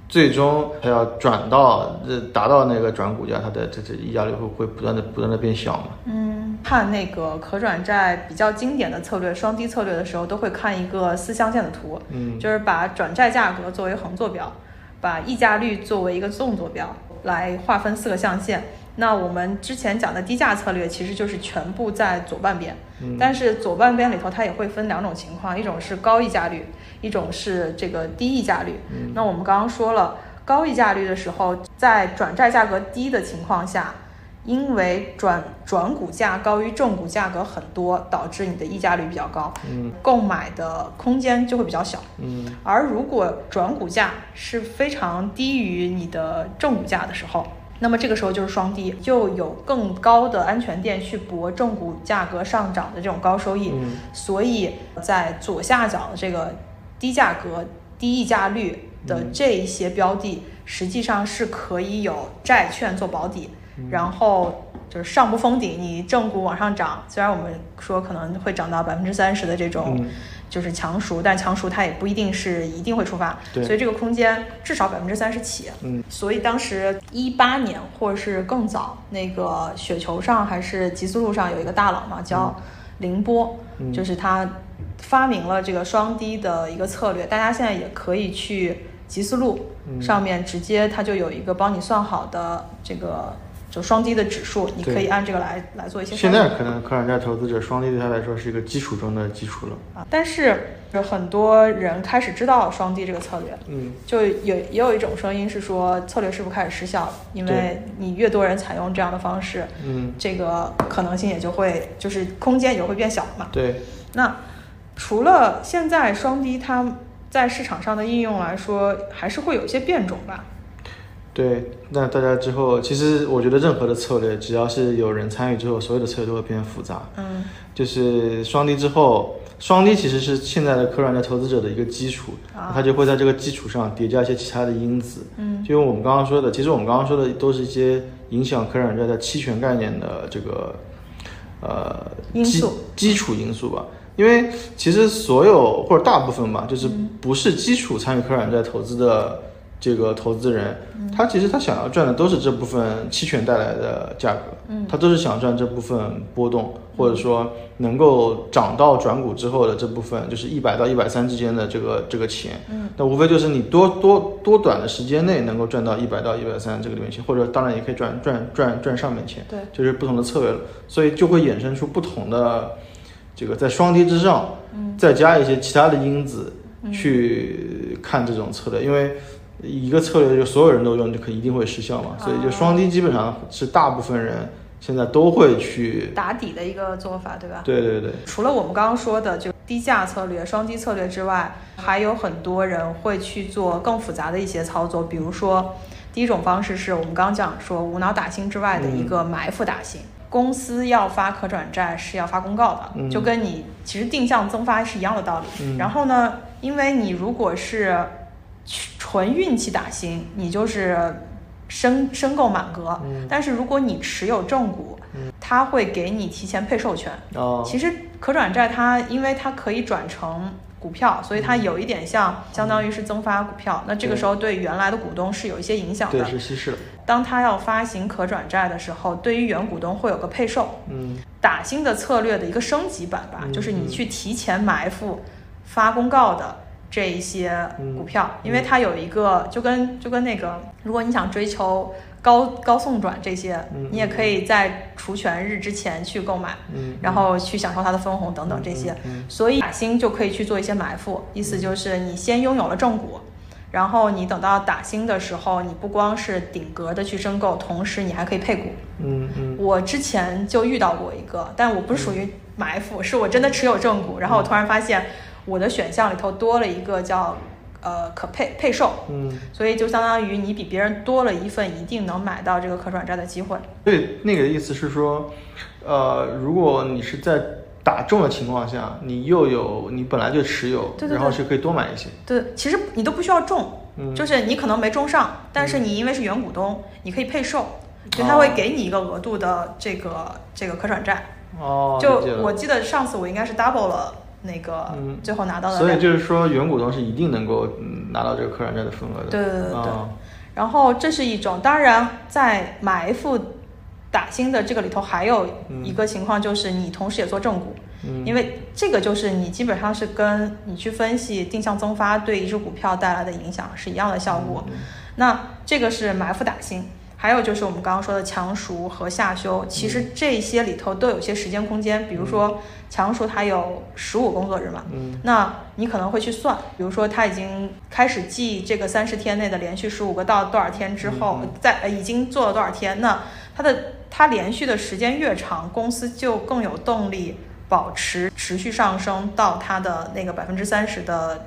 B: 最终它要转到呃达到那个转股价，它的这这溢价率会会不断的不断的变小嘛。
A: 嗯，看那个可转债比较经典的策略双低策略的时候，都会看一个四象限的图，
B: 嗯
A: 就是把转债价格作为横坐标，把溢价率作为一个纵坐标来划分四个象限。那我们之前讲的低价策略其实就是全部在左半边，
B: 嗯
A: 但是左半边里头它也会分两种情况，一种是高溢价率，一种是这个低溢价率。
B: 嗯
A: 那我们刚刚说了，高溢价率的时候，在转债价格低的情况下，因为转转股价高于正股价格很多，导致你的溢价率比较高，
B: 嗯
A: 购买的空间就会比较小。
B: 嗯
A: 而如果转股价是非常低于你的正股价的时候，那么这个时候就是双低，就有更高的安全垫去搏正股价格上涨的这种高收益。
B: 嗯
A: 所以在左下角的这个低价格、低溢价率的
B: 嗯
A: 这一些标的，实际上是可以有债券做保底，
B: 嗯
A: 然后就是上不封顶，你正股往上涨，虽然我们说可能会涨到百分之三十的这种
B: 嗯
A: 就是强赎，但强赎它也不一定是一定会触发，
B: 对
A: 所以这个空间至少百分之三十起。
B: 嗯，
A: 所以当时一八年或者是更早，那个雪球上还是极速路上有一个大佬嘛，叫凌波，
B: 嗯
A: 就是他发明了这个双低的一个策略，大家现在也可以去极速路
B: 嗯
A: 上面直接它就有一个帮你算好的这个就双低的指数，你
B: 对
A: 可以按这个来来做一些
B: 现
A: 商业
B: 在可能可转债投资者双低对他来说是一个基础中的基础了。
A: 啊，但是有很多人开始知道双低这个策略，
B: 嗯，
A: 就有也有一种声音是说策略是不是开始失效了？因为
B: 对
A: 你越多人采用这样的方式，
B: 嗯
A: 这个可能性也就会就是空间也就会变小嘛。
B: 对，
A: 那除了现在双低它在市场上的应用来说，还是会有一些变种吧？
B: 对，那大家之后，其实我觉得任何的策略，只要是有人参与之后，所有的策略都会变得复杂。
A: 嗯，
B: 就是双低之后，双低其实是现在的可转债投资者的一个基础，
A: 啊
B: 它就会在这个基础上叠加一些其他的因子。
A: 嗯，
B: 就用我们刚刚说的，其实我们刚刚说的都是一些影响可转债的期权概念的这个呃
A: 因
B: 基
A: 素
B: 基础因素吧。因为其实所有或者大部分吧，就是不是基础参与可转债投资的这个投资人，
A: 嗯
B: 他其实他想要赚的都是这部分期权带来的价格，
A: 嗯
B: 他都是想赚这部分波动，或者说能够涨到转股之后的这部分，就是一百到一百三之间的这个这个钱，
A: 嗯
B: 那无非就是你多多多短的时间内能够赚到一百到一百三这个里面钱，或者当然也可以赚赚赚赚上面钱，
A: 对
B: 就是不同的策略了，所以就会衍生出不同的这个在双低之上，
A: 嗯
B: 再加一些其他的因子去看这种策略，因为一个策略就所有人都用，就可一定会失效嘛，所
A: 哦
B: 以就双低基本上是大部分人现在都会去，
A: 打底的一个做法，对吧？
B: 对对对，
A: 除了我们刚刚说的就低价策略、双低策略之外，还有很多人会去做更复杂的一些操作，比如说，第一种方式是我们刚刚讲说无脑打新之外的一个埋伏打新。公司要发可转债是要发公告的，
B: 嗯
A: 就跟你其实定向增发是一样的道理。
B: 嗯
A: 然后呢，因为你如果是纯运气打新，你就是申申购满额；
B: 嗯
A: 但是如果你持有正股，它会给你提前配售权，
B: 哦，
A: 其实可转债它因为它可以转成股票，所以
B: 嗯
A: 它有一点像相当于是增发股票。那这个时候对原来的股东是有一些影响
B: 对
A: 的。
B: 是稀释了，
A: 当它要发行可转债的时候，对于原股东会有个配售，
B: 嗯
A: 打新的策略的一个升级版吧，
B: 嗯
A: 就是你去提前埋伏发公告的这一些股票，
B: 嗯
A: 因为它有一个就跟就跟那个，如果你想追求高高送转这些，
B: 嗯
A: 你也可以在除权日之前去购买。
B: 嗯，
A: 然后去享受它的分红等等这些
B: 嗯。嗯
A: 所以打新就可以去做一些埋伏，意思就是你先拥有了正股，然后你等到打新的时候，你不光是顶格的去申购，同时你还可以配股。
B: 嗯嗯。
A: 我之前就遇到过一个，但我不是属于埋伏，是我真的持有正股，然后我突然发现我的选项里头多了一个叫呃可配配售。
B: 嗯，
A: 所以就相当于你比别人多了一份一定能买到这个可转债的机会。
B: 对，那个意思是说，呃，如果你是在打中的情况下，你又有你本来就持有，
A: 对对
B: 然后
A: 对
B: 是可以多买一些。
A: 对，其实你都不需要中，
B: 嗯
A: 就是你可能没中上，但是你因为是原股东，你可以配售，就他会给你一个额度的这个这个可转债。
B: 哦，
A: 就
B: 理解了
A: 我记得上次我应该是 double 了那个
B: 嗯
A: 最后拿到的
B: 所
A: 量。
B: 以就是说，原股东是一定能够嗯拿到这个可转债的份额的。
A: 对对对对对
B: 啊
A: 然后这是一种，当然在埋伏打新的这个里头还有一个情况就是你同时也做正股，
B: 嗯，
A: 因
B: 为
A: 为这个就是你基本上是跟你去分析定向增发对一只股票带来的影响是一样的效果。
B: 嗯
A: 那这个是埋伏打新，还有就是我们刚刚说的强赎和下修，其实这些里头都有些时间空间。比如说强赎它有十五工作日嘛，
B: 嗯
A: 那你可能会去算，比如说它已经开始记这个三十天内的连续十五个到多少天之后，在呃已经做了多少天，那它的它连续的时间越长，公司就更有动力保持持续上升到它的那个百分之三十的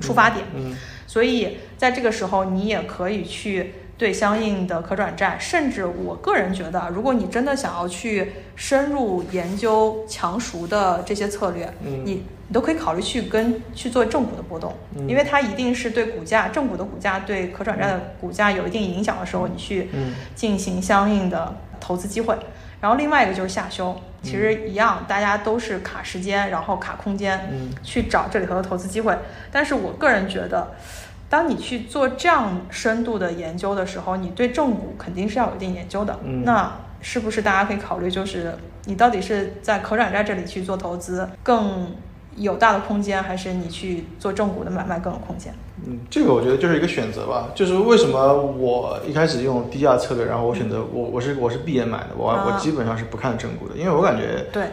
A: 出发点。
B: 嗯
A: 所以在这个时候，你也可以去对相应的可转债，甚至我个人觉得，如果你真的想要去深入研究强赎的这些策略，
B: 嗯
A: 你你都可以考虑去跟去做正股的波动，
B: 嗯
A: 因为它一定是对股价正股的股价对可转债的股价有一定影响的时候，你去
B: 嗯
A: 进行相应的投资机会。然后另外一个就是下修，其实一样，大家都是卡时间，然后卡空间，
B: 嗯
A: 去找这里头的投资机会。但是我个人觉得，当你去做这样深度的研究的时候，你对正股肯定是要有一定研究的。
B: 嗯
A: 那是不是大家可以考虑，就是你到底是在可转债这里去做投资更有大的空间，还是你去做正股的买卖更有空间？
B: 嗯，这个我觉得就是一个选择吧，就是为什么我一开始用低价策略，然后我选择我我是我是闭眼买的，我、
A: 啊
B: 我基本上是不看正股的，因为我感觉
A: 对，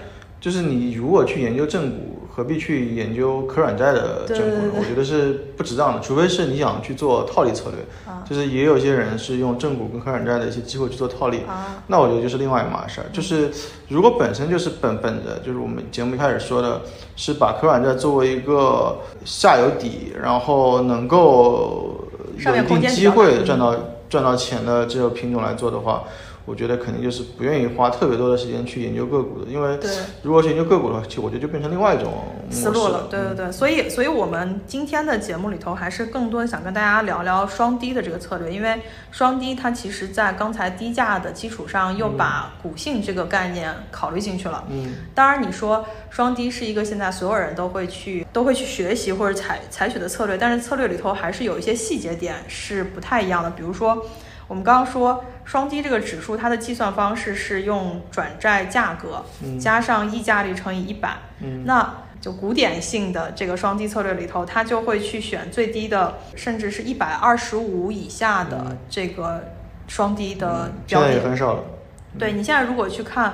B: 就是你如果去研究正股，何必去研究可转债的正股呢？
A: 对对对
B: 我觉得是不值当的，除非是你想去做套利策略，
A: 啊
B: 就是也有一些人是用正股跟可转债的一些机会去做套利，
A: 啊
B: 那我觉得就是另外一码事儿。就是如果本身就是本本的，就是我们节目一开始说的，是把可转债作为一个下游底，然后能够
A: 上
B: 有一
A: 面空
B: 定
A: 间比
B: 机
A: 较大
B: 会
A: 嗯
B: 赚到赚到钱的这个品种来做的话。我觉得肯定就是不愿意花特别多的时间去研究个股的，因为
A: 对
B: 如果是研究个股的话，其实我觉得就变成另外一种模式嗯
A: 思路了，对对对，所以所以我们今天的节目里头还是更多地想跟大家聊聊双低的这个策略，因为双低它其实在刚才低价的基础上又把股性这个概念考虑进去了。
B: 嗯，
A: 当然，你说双低是一个现在所有人都会去都会去学习或者采采取的策略，但是策略里头还是有一些细节点是不太一样的。比如说，我们刚刚说双低这个指数，它的计算方式是用转债价格
B: 嗯
A: 加上溢价率乘以一百、
B: 嗯
A: 那就古典性的这个双低策略里头，它就会去选最低的，甚至是一百二十五以下的这个双低的
B: 嗯现
A: 标
B: 在
A: 的。
B: 也很少了。
A: 对你现在如果去看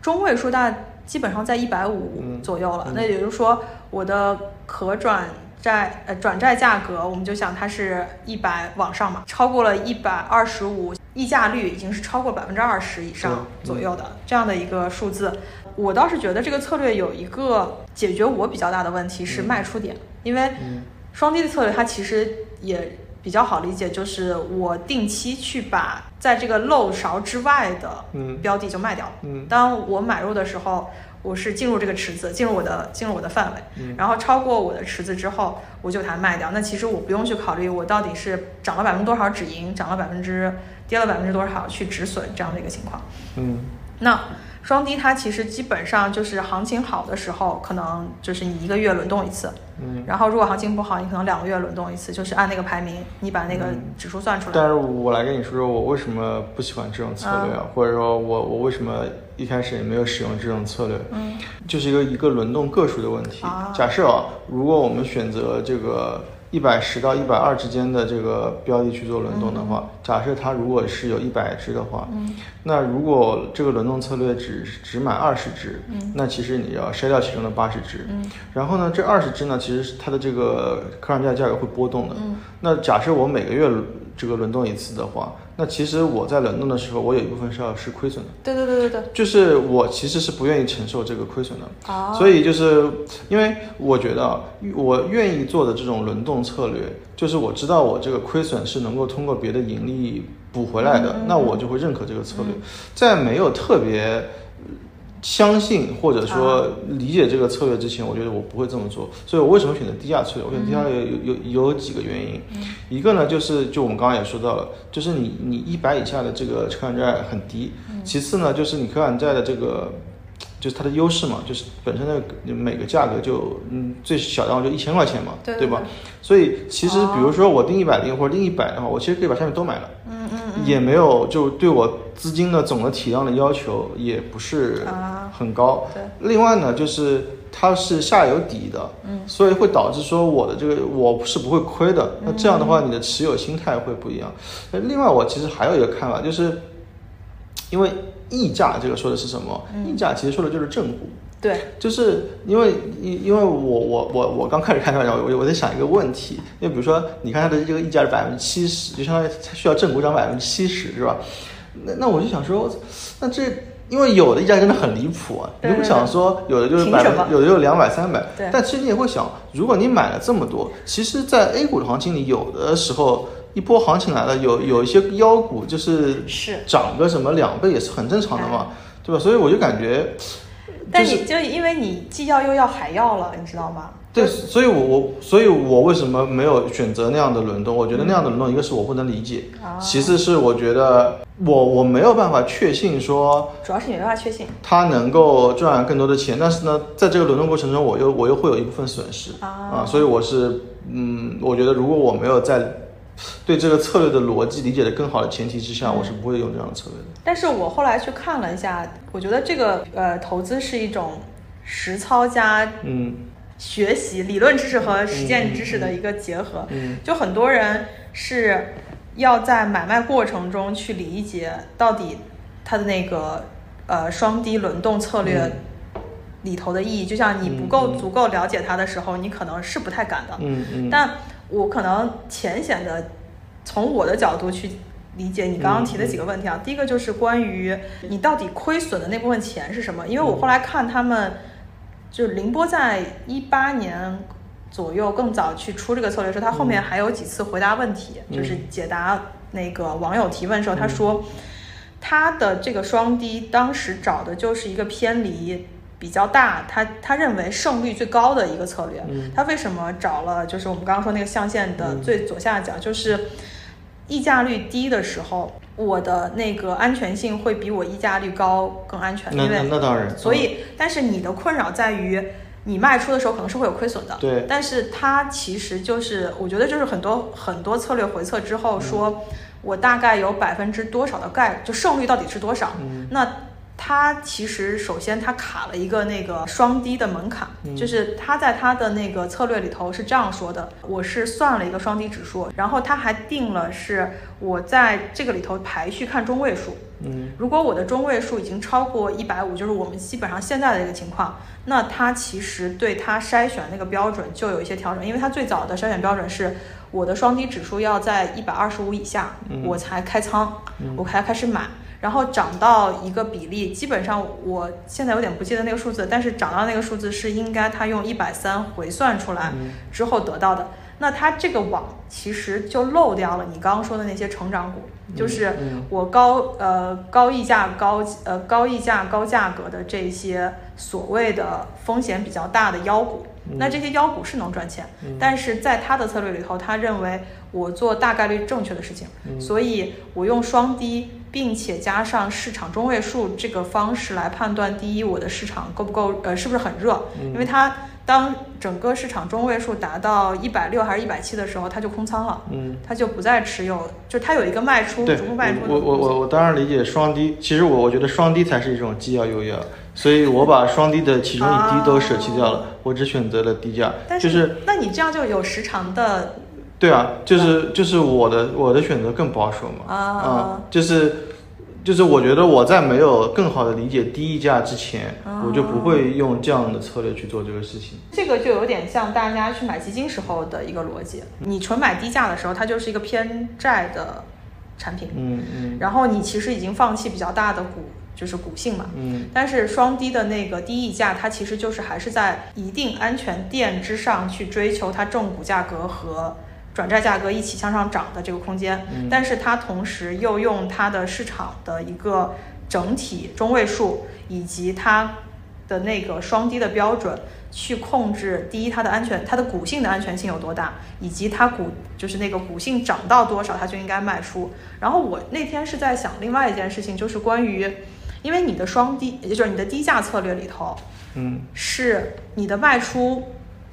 A: 中位数，大基本上在一百五
B: 嗯
A: 左右了。
B: 嗯
A: 那也就是说，我的可转债呃转债价格，我们就想它是一百往上嘛，超过了一百二十五，溢价率已经是超过百分之二十以上
B: 对
A: 左右的、这样的一个数字。我倒是觉得这个策略有一个解决我比较大的问题是卖出点，因为
B: 嗯
A: 双低的策略，它其实也比较好理解，就是我定期去把在这个漏勺之外的
B: 嗯
A: 标的就卖掉了。
B: 嗯
A: 当我买入的时候，我是进入这个池子，进入我的进入我的范围，
B: 嗯
A: 然后超过我的池子之后，我就把它卖掉。那其实我不用去考虑我到底是涨了百分之多少止盈，涨了百分之跌了百分之多少去止损这样的一个情况。
B: 嗯
A: 那双低它其实基本上就是行情好的时候，可能就是你一个月轮动一次，
B: 嗯，
A: 然后如果行情不好，你可能两个月轮动一次，就是按那个排名，你把那个指数算出来。
B: 但是我来跟你说说我为什么不喜欢这种策略，啊
A: 嗯
B: 或者说我我为什么一开始也没有使用这种策略，
A: 嗯，
B: 就是一个一个轮动个数的问题。
A: 啊
B: 假设啊，如果我们选择这个一百十到一百二之间的这个标的去做轮动的话，假设它如果是有一百只的话，
A: 嗯
B: 那如果这个轮动策略只只买二十只，
A: 嗯
B: 那其实你要筛掉其中的八十只，
A: 嗯
B: 然后呢，这二十只呢，其实是它的这个可转债价格会波动的。
A: 嗯
B: 那假设我每个月这个轮动一次的话，那其实我在轮动的时候，我有一部分是要是亏损的，
A: 对对对对对。
B: 就是我其实是不愿意承受这个亏损的。
A: 啊，
B: 所以就是因为我觉得啊我愿意做的这种轮动策略，就是我知道我这个亏损是能够通过别的盈利补回来的，那我就会认可这个策略。在没有特别呃相信或者说理解这个策略之前，我觉得我不会这么做。所以我为什么选择低价策略？我选低价策略有有有有几个原因，一个呢就是就我们刚刚也说到了，就是你你一百以下的这个可转债很低，
A: 嗯
B: 其次呢就是你可转债的这个。就是它的优势嘛，就是本身的每个价格就嗯最小单位就一千块钱嘛，
A: 对
B: 吧
A: 对？
B: 所以其实
A: 哦
B: 比如说我定一百零或者定一百的话，我其实可以把下面都买了，
A: 嗯嗯
B: 也没有就对我资金的总的体量的要求也不是
A: 啊
B: 很高。
A: 对
B: 另外呢，就是它是下游底的，嗯，所以会导致说我的这个我是不会亏的。
A: 嗯
B: 那这样的话，你的持有心态会不一样。呃另外，我其实还有一个看法，就是因为溢价这个说的是什么？
A: 嗯
B: 溢价其实说的就是正股。
A: 对，
B: 就是因为因因为我我我我刚开始看到的时候，我我在想一个问题，因为比如说你看它的这个溢价是百分之七十，就相当于它需要正股涨百分之七十，是吧？那那我就想说，那这因为有的溢价真的很离谱啊，你
A: 对对
B: 会
A: 对
B: 想说有的就是
A: 凭
B: 百
A: 什
B: 分
A: 么，
B: 有的就两百三百
A: 对，
B: 但其实你也会想，如果你买了这么多，其实，在 A 股的行情里，有的时候。一波行情来了，有有一些妖股就是
A: 是
B: 涨个什么两倍也是很正常的嘛，对吧？所以我就感觉
A: 哎但
B: 就是
A: 你就因为你既要又要还要了，你知道吗？
B: 对，所以我我所以，我为什么没有选择那样的轮动？我觉得那样的轮动，一个是我不能理解，
A: 嗯啊
B: 其次是我觉得我我没有办法确信说
A: 主要是你没办法确信
B: 他能够赚更多的钱，但是呢，在这个轮动过程中，我又我又会有一部分损失
A: 啊
B: 所以我是嗯，我觉得如果我没有在对这个策略的逻辑理解的更好的前提之下，
A: 嗯
B: 我是不会用这样的策略的。
A: 但是我后来去看了一下，我觉得这个呃投资是一种实操加
B: 嗯
A: 学习理论知识和实践知识的一个结合。
B: 嗯
A: 就很多人是要在买卖过程中去理解到底它的那个呃双低轮动策略里头的意义。就像你不够
B: 嗯嗯嗯
A: 足够了解它的时候，你可能是不太敢的。
B: 嗯嗯，
A: 但我可能浅显的从我的角度去理解你刚刚提的几个问题啊。第一个就是关于你到底亏损的那部分钱是什么，因为我后来看他们就是宁波在一八年。左右更早去出这个策略的时候，他后面还有几次回答问题，
B: 嗯
A: 就是解答那个网友提问的时候，他说他的这个双低当时找的就是一个偏离比较大，他他认为胜率最高的一个策略。
B: 嗯
A: 他为什么找了就是我们刚刚说那个象限的最左下角，就是溢价率低的时候，我的那个安全性会比我溢价率高更安全，
B: 那
A: 因
B: 那
A: 为
B: 那当然，
A: 所以，但是你的困扰在于，你卖出的时候可能是会有亏损的。
B: 对
A: 但是它其实就是，我觉得就是很多很多策略回测之后说，
B: 嗯
A: 我大概有百分之多少的概，就胜率到底是多少？
B: 嗯
A: 那它其实首先它卡了一个那个双低的门槛，
B: 嗯
A: 就是他在他的那个策略里头是这样说的：我是算了一个双低指数，然后他还定了是我在这个里头排序看中位数。
B: 嗯
A: 如果我的中位数已经超过一百五，就是我们基本上现在的一个情况，那它其实对它筛选那个标准就有一些调整，因为它最早的筛选标准是我的双低指数要在一百二十五以下，
B: 嗯
A: 我才开仓，
B: 嗯
A: 我才开始买。然后涨到一个比例，基本上我现在有点不记得那个数字，但是涨到那个数字是应该它用一百三回算出来
B: 嗯
A: 之后得到的。那它这个网其实就漏掉了你刚刚说的那些成长股，就是
B: 嗯
A: 我高呃高溢价高呃高溢价高价格的这些所谓的风险比较大的妖股，
B: 嗯
A: 那这些妖股是能赚钱，
B: 嗯
A: 但是在他的策略里头，他认为我做大概率正确的事情，
B: 嗯
A: 所以我用双低，并且加上市场中位数这个方式来判断，第一我的市场够不够呃是不是很热，
B: 嗯
A: 因为它当整个市场中位数达到一百六还是一百七的时候，它就空仓了。
B: 嗯。
A: 它就不再持有，就它有一个卖出，
B: 对
A: 逐步卖出的
B: 我我我我当然理解双低，其实我我觉得双低才是一种既要又要，所以我把双低的其中一低都舍弃掉了，我只选择了低价，
A: 哦但，
B: 就是是
A: 那你这样就有时长的，
B: 对啊，就是就是我的我的选择更保守嘛，
A: 啊
B: 嗯就是就是我觉得我在没有更好的理解低溢价之前，
A: 哦
B: 我就不会用这样的策略去做这个事情。
A: 这个就有点像大家去买基金时候的一个逻辑。你纯买低价的时候，它就是一个偏债的产品，
B: 嗯嗯
A: 然后你其实已经放弃比较大的股，就是股性嘛。
B: 嗯
A: 但是双低的那个低溢价，它其实就是还是在一定安全垫之上去追求它正股价格和转债价格一起向上涨的这个空间，
B: 嗯
A: 但是它同时又用它的市场的一个整体中位数以及它的那个双低的标准。去控制第一，它的安全，它的股性的安全性有多大，以及它股就是那个股性涨到多少，它就应该卖出。然后我那天是在想另外一件事情，就是关于因为你的双低，也就是你的低价策略里头，
B: 嗯
A: 是你的卖出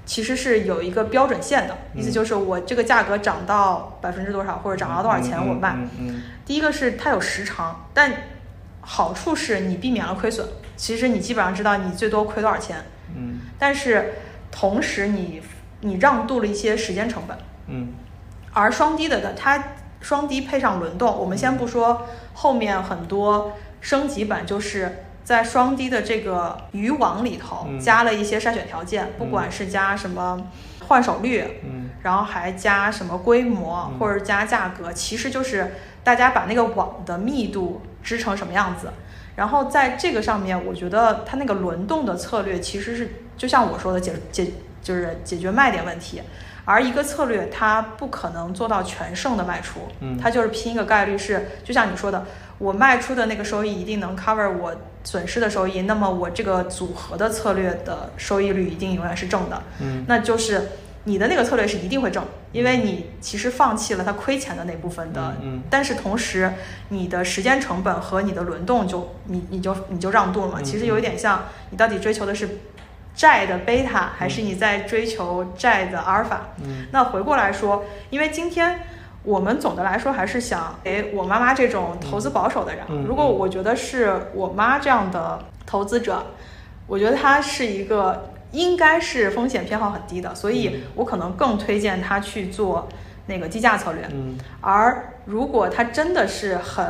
A: 其实是有一个标准线的，意思
B: 嗯
A: 就是我这个价格涨到百分之多少，或者涨到多少钱我卖。
B: 嗯嗯
A: 第一个是它有时长，但好处是你避免了亏损，其实你基本上知道你最多亏多少钱，
B: 嗯
A: 但是同时你你让渡了一些时间成本。
B: 嗯
A: 而双低的呢，它双低配上轮动，我们先不说后面很多升级版，就是在双低的这个渔网里头
B: 嗯
A: 加了一些筛选条件，不管是加什么换手率，
B: 嗯
A: 然后还加什么规模
B: 嗯
A: 或者加价格，其实就是大家把那个网的密度织成什么样子。然后在这个上面，我觉得它那个轮动的策略其实是就像我说的解解就是解决卖点问题。而一个策略，它不可能做到全胜的卖出，
B: 嗯
A: 它就是拼一个概率是，就像你说的，我卖出的那个收益一定能 cover 我损失的收益，那么我这个组合的策略的收益率一定永远是正的，
B: 嗯
A: 那就是你的那个策略是一定会正，因为你其实放弃了它亏钱的那部分的，
B: 嗯嗯
A: 但是同时你的时间成本和你的轮动就你你就你就让渡了嘛，
B: 嗯
A: 其实有一点像你到底追求的是债的贝塔，还是你在追求债的阿尔法？
B: 嗯
A: 那回过来说，因为今天我们总的来说还是想给我妈妈这种投资保守的人，啊
B: 嗯嗯
A: 如果我觉得是我妈这样的投资者，我觉得她是一个应该是风险偏好很低的，所
B: 嗯
A: 以我可能更推荐她去做那个低价策略。
B: 嗯
A: 而如果他真的是很，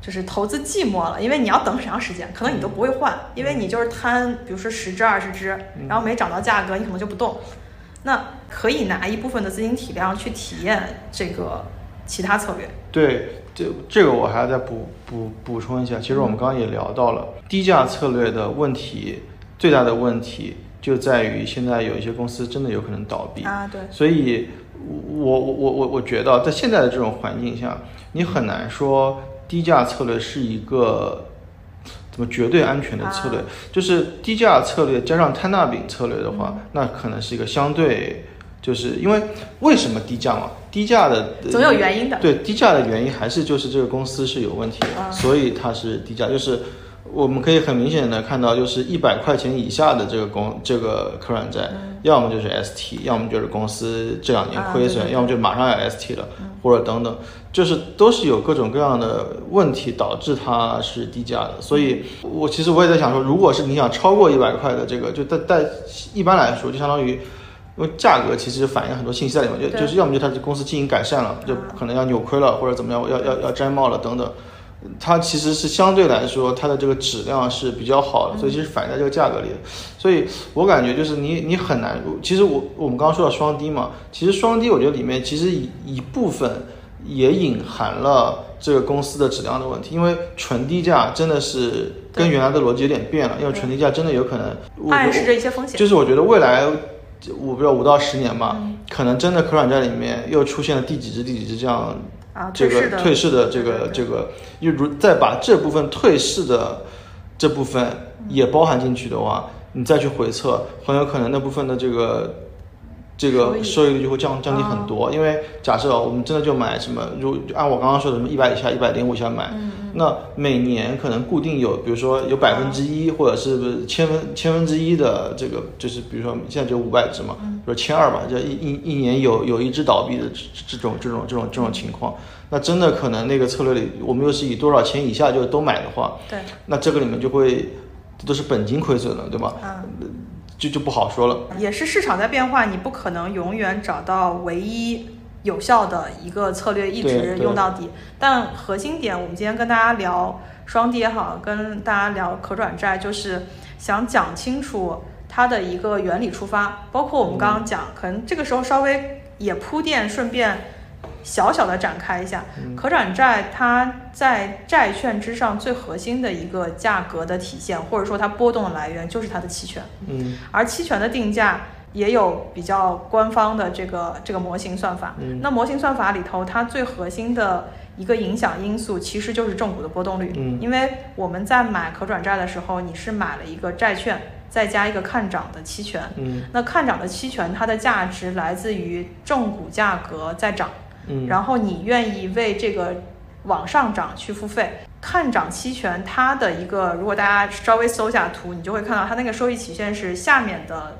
A: 就是投资寂寞了，因为你要等很长时间，可能你都不会换，因为你就是摊，比如说十只、二十只，
B: 嗯
A: 然后没涨到价格，你可能就不动。那可以拿一部分的资金体量去体验这个其他策略。
B: 对，这这个我还要再补补补充一下。其实我
A: 嗯
B: 们刚刚也聊到了低价策略的问题，最大的问题就在于现在有一些公司真的有可能倒闭
A: 啊对
B: 所以我我我我我觉得啊在现在的这种环境下，你很难说低价策略是一个怎么绝对安全的策略，
A: 啊
B: 就是低价策略加上摊大饼策略的
A: 嗯
B: 话，那可能是一个相对。就是因为为什么低价嘛？低价的
A: 总有原因的
B: 对低价的原因还是就是这个公司是有问题的，
A: 啊
B: 所以它是低价。就是我们可以很明显的看到，就是一百块钱以下的这个公这个可转债，要么就是 ST，要么就是公司这两年
A: 嗯啊
B: 亏
A: 对
B: 损，
A: 对对嗯
B: 要么就马上要 ST 了，或者等等，就是都是有各种各样的问题导致它是低价的。所以我其实我也在想说，如果是你想超过一百块的这个，就在在一般来说就相当于。因为价格其实反映很多信息在里面，就
A: 对
B: 就是要么就它这公司经营改善了，就可能要扭亏了，或者怎么样，要要要摘帽了等等。它其实是相对来说，它的这个质量是比较好的，所以其实反映在这个价格里的。所以我感觉就是你你很难，其实我我们刚刚说到双低嘛，其实双低我觉得里面其实一一部分也隐含了这个公司的质量的问题，因为纯低价真的是跟原来的逻辑有点变了，因为纯低价真的有可能我觉得
A: 暗示着一些风险嗯
B: 就是我觉得未来。我不知道五到十年吧，可能真的可转债里面又出现了第几只、第几只这样
A: 啊
B: 这
A: 退
B: 个
A: 市的
B: 退市的这个
A: 对对对
B: 这个，又如再把这部分退市的这部分也包含进去的话，你再去回测，很有可能那部分的这个这个收
A: 收
B: 益率就会降降低很
A: 哦
B: 多。因为假设啊我们真的就买什么，如就按我刚刚说的什么一百以下、一百零五以下
A: 嗯
B: 买，那每年可能固定有，比如说有百分之一
A: 嗯
B: 或者是千分千分之一的这个，就是比如说现在只有五百只嘛，
A: 嗯
B: 比如千二吧，就一一一年有有一只倒闭的这这种这种这种这
A: 嗯
B: 种情况。那真的可能那个策略里，我们又是以多少钱以下就都买的话，
A: 对，
B: 那这个里面就会这都是本金亏损了，对吧？
A: 嗯，
B: 就就不好说了。
A: 也是市场在变化，你不可能永远找到唯一有效的一个策略一
B: 对
A: 直
B: 对
A: 用到底。但核心点，我们今天跟大家聊双跌哈，跟大家聊可转债，就是想讲清楚它的一个原理出发，包括我们
B: 嗯
A: 刚刚讲，可能这个时候稍微也铺垫，顺便。小小的展开一下，
B: 嗯
A: 可转债它在债券之上最核心的一个价格的体现，或者说它波动的来源就是它的期权。
B: 嗯
A: 而期权的定价也有比较官方的这个这个模型算法。
B: 嗯
A: 那模型算法里头，它最核心的一个影响因素其实就是正股的波动率。
B: 嗯
A: 因为我们在买可转债的时候，你是买了一个债券，再加一个看涨的期权。
B: 嗯
A: 那看涨的期权，它的价值来自于正股价格在涨，
B: 嗯，
A: 然后你愿意为这个往上涨去付费。看涨期权它的一个，如果大家稍微搜一下图，你就会看到它那个收益曲线是下面的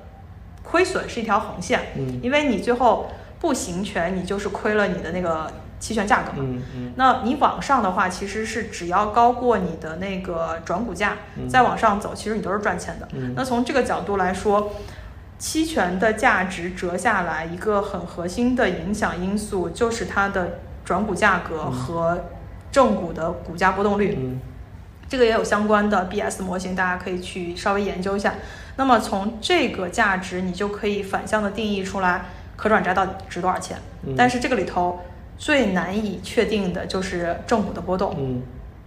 A: 亏损是一条横线，
B: 嗯
A: 因为你最后不行权，你就是亏了你的那个期权价格嘛。
B: 嗯嗯
A: 那你往上的话，其实是只要高过你的那个转股价，
B: 嗯
A: 再往上走，其实你都是赚钱的。
B: 嗯
A: 那从这个角度来说，期权的价值折下来，一个很核心的影响因素就是它的转股价格和正股的股价波动率。
B: 嗯
A: 这个也有相关的 BS 模型，大家可以去稍微研究一下。那么从这个价值，你就可以反向的定义出来可转债到底值多少钱。
B: 嗯
A: 但是这个里头最难以确定的就是正股的波动。
B: 嗯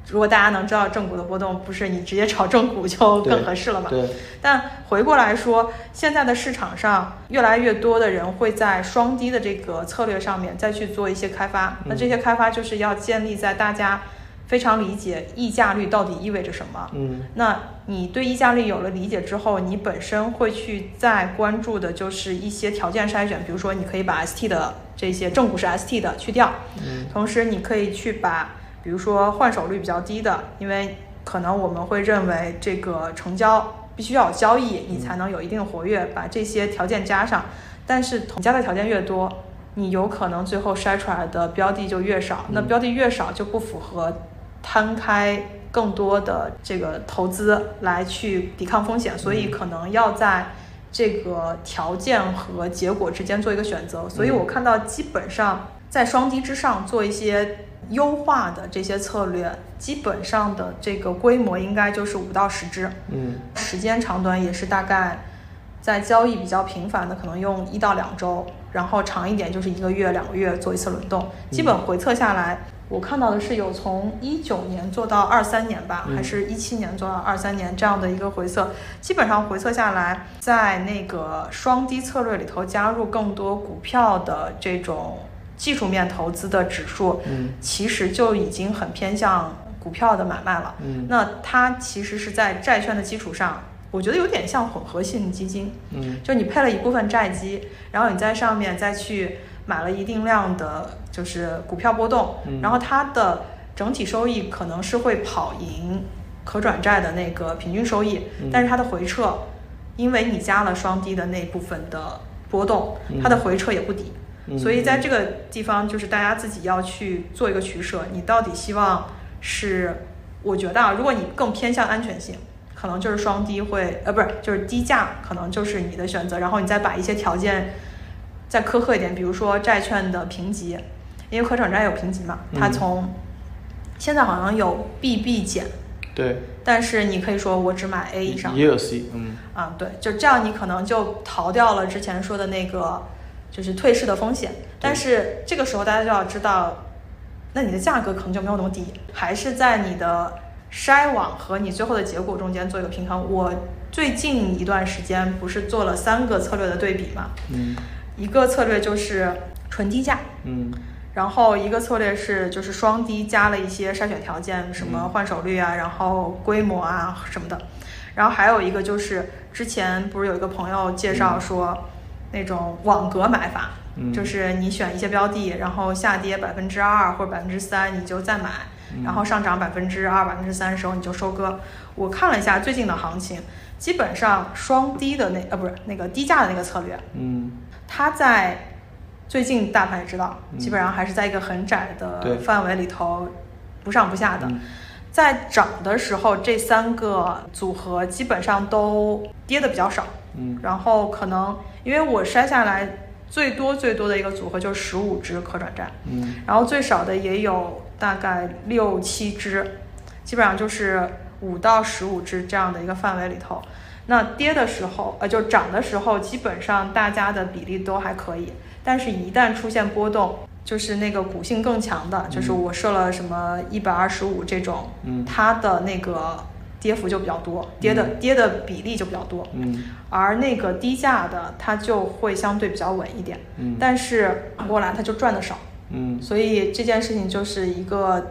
A: 如果大家能知道正股的波动，不是你直接炒正股就
B: 对
A: 更合适了嘛？
B: 对，
A: 但回过来说，现在的市场上越来越多的人会在双低的这个策略上面再去做一些开发。那
B: 嗯
A: 这些开发就是要建立在大家非常理解溢价率到底意味着什么。
B: 嗯，
A: 那你对溢价率有了理解之后，你本身会去再关注的就是一些条件筛选，比如说你可以把 ST 的这些正股是 ST 的去掉，
B: 嗯
A: 同时你可以去把比如说换手率比较低的，因为可能我们会认为这个成交必须要有交易，你才能有一定的活
B: 嗯
A: 跃，把这些条件加上。但是同加的条件越多，你有可能最后筛出来的标的就越少，那
B: 嗯
A: 标的越少就不符合摊开更多的这个投资来去抵抗风险，所
B: 嗯
A: 以可能要在这个条件和结果之间做一个选择。
B: 嗯
A: 所以我看到基本上在双低之上做一些优化的这些策略，基本上的这个规模应该就是五到十只，
B: 嗯
A: 时间长短也是大概在交易比较频繁的，可能用一到两周，然后长一点就是一个月、两个月做一次轮动。基本回测下来，我看到的是有从一九年做到二三年吧，
B: 嗯
A: 还是一七年做到二三年这样的一个回测。基本上回测下来，在那个双低策略里头加入更多股票的这种技术面投资的指数，
B: 嗯
A: 其实就已经很偏向股票的买卖了。
B: 嗯
A: 那它其实是在债券的基础上，我觉得有点像混合性基金，
B: 嗯
A: 就你配了一部分债基，然后你在上面再去买了一定量的，就是股票波动，
B: 嗯
A: 然后它的整体收益可能是会跑赢可转债的那个平均收益，
B: 嗯
A: 但是它的回撤，因为你加了双低的那部分的波动，
B: 嗯
A: 它的回撤也不低。
B: 嗯
A: 所以在这个地方，就是大家自己要去做一个取舍，你到底希望是，我觉得啊，如果你更偏向安全性，可能就是双低会，呃，不是，就是低价，可能就是你的选择，然后你再把一些条件再苛刻一点，比如说债券的评级，因为可转债有评级嘛，它
B: 嗯
A: 从现在好像有 BB 减，
B: 对，
A: 但是你可以说我只买 A 以上，
B: 也有 C，嗯
A: 啊，对，就这样你可能就逃掉了之前说的那个就是退市的风险。但是这个时候大家就要知道，那你的价格可能就没有那么低，还是在你的筛网和你最后的结果中间做一个平衡。我最近一段时间不是做了三个策略的对比嘛，
B: 嗯
A: 一个策略就是纯低价，
B: 嗯
A: 然后一个策略是就是双低加了一些筛选条件，什么换手率啊，然后规模啊什么的。然后还有一个就是之前不是有一个朋友介绍说，那种网格买法，
B: 嗯
A: 就是你选一些标的，然后下跌百分之二或者百分之三，你就再买，然后上涨百分之二、百分之三的时候你就收割。我看了一下最近的行情，基本上双低的那呃不是那个低价的那个策略，
B: 嗯
A: 它在最近大盘也知道，
B: 嗯
A: 基本上还是在一个很窄的
B: 对
A: 范围里头，不上不下的。
B: 嗯
A: 在涨的时候，这三个组合基本上都跌的比较少，
B: 嗯
A: 然后可能因为我筛下来最多最多的一个组合就是十五只可转债，
B: 嗯
A: 然后最少的也有大概六七只，基本上就是五到十五只这样的一个范围里头。那跌的时候，呃，就涨的时候，基本上大家的比例都还可以，但是一旦出现波动，就是那个股性更强的，就是我设了什么一百二十五这种，
B: 嗯
A: 它的那个跌幅就比较多，跌的跌的比例就比较多，
B: 嗯
A: 而那个低价的它就会相对比较稳一点，
B: 嗯
A: 但是反过来它就赚的少，
B: 嗯
A: 所以这件事情就是一个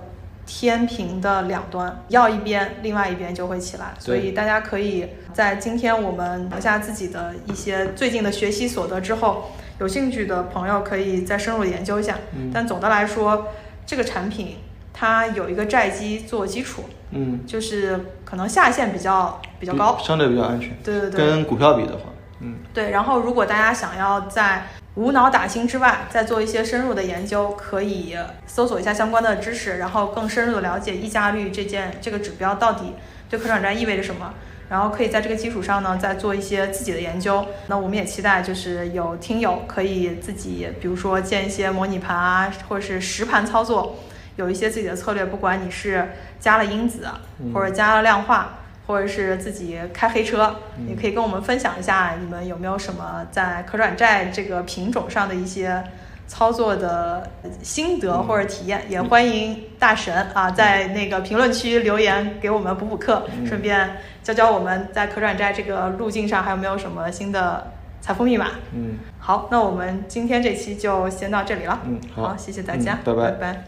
A: 天平的两端，要一边，另外一边就会起来。所以大家可以在今天我们留下自己的一些最近的学习所得之后，有兴趣的朋友可以再深入研究一下。
B: 嗯
A: 但总的来说，这个产品它有一个债基做基础，
B: 嗯，
A: 就是可能下限比较比较高。
B: 相对比较安全，
A: 对对对。
B: 嗯跟股票比的话，嗯
A: 对，然后如果大家想要在无脑打新之外，再做一些深入的研究，可以搜索一下相关的知识，然后更深入的了解溢价率这件这个指标到底对可转债意味着什么。然后可以在这个基础上呢，再做一些自己的研究。那我们也期待，就是有听友可以自己，比如说建一些模拟盘啊，或者是实盘操作，有一些自己的策略。不管你是加了因子，啊或者加了量化，或者是自己开黑车，
B: 嗯
A: 也可以跟我们分享一下你们有没有什么在可转债这个品种上的一些操作的心
B: 嗯
A: 得或者体验，也欢迎大神啊在那个评论区留言给我们补补课，
B: 嗯
A: 顺便教教我们在可转债这个路径上还有没有什么新的财富密码。
B: 嗯
A: 好，那我们今天这期就先到这里了。
B: 嗯，好，
A: 谢谢大家，
B: 嗯
A: 拜
B: 拜
A: 拜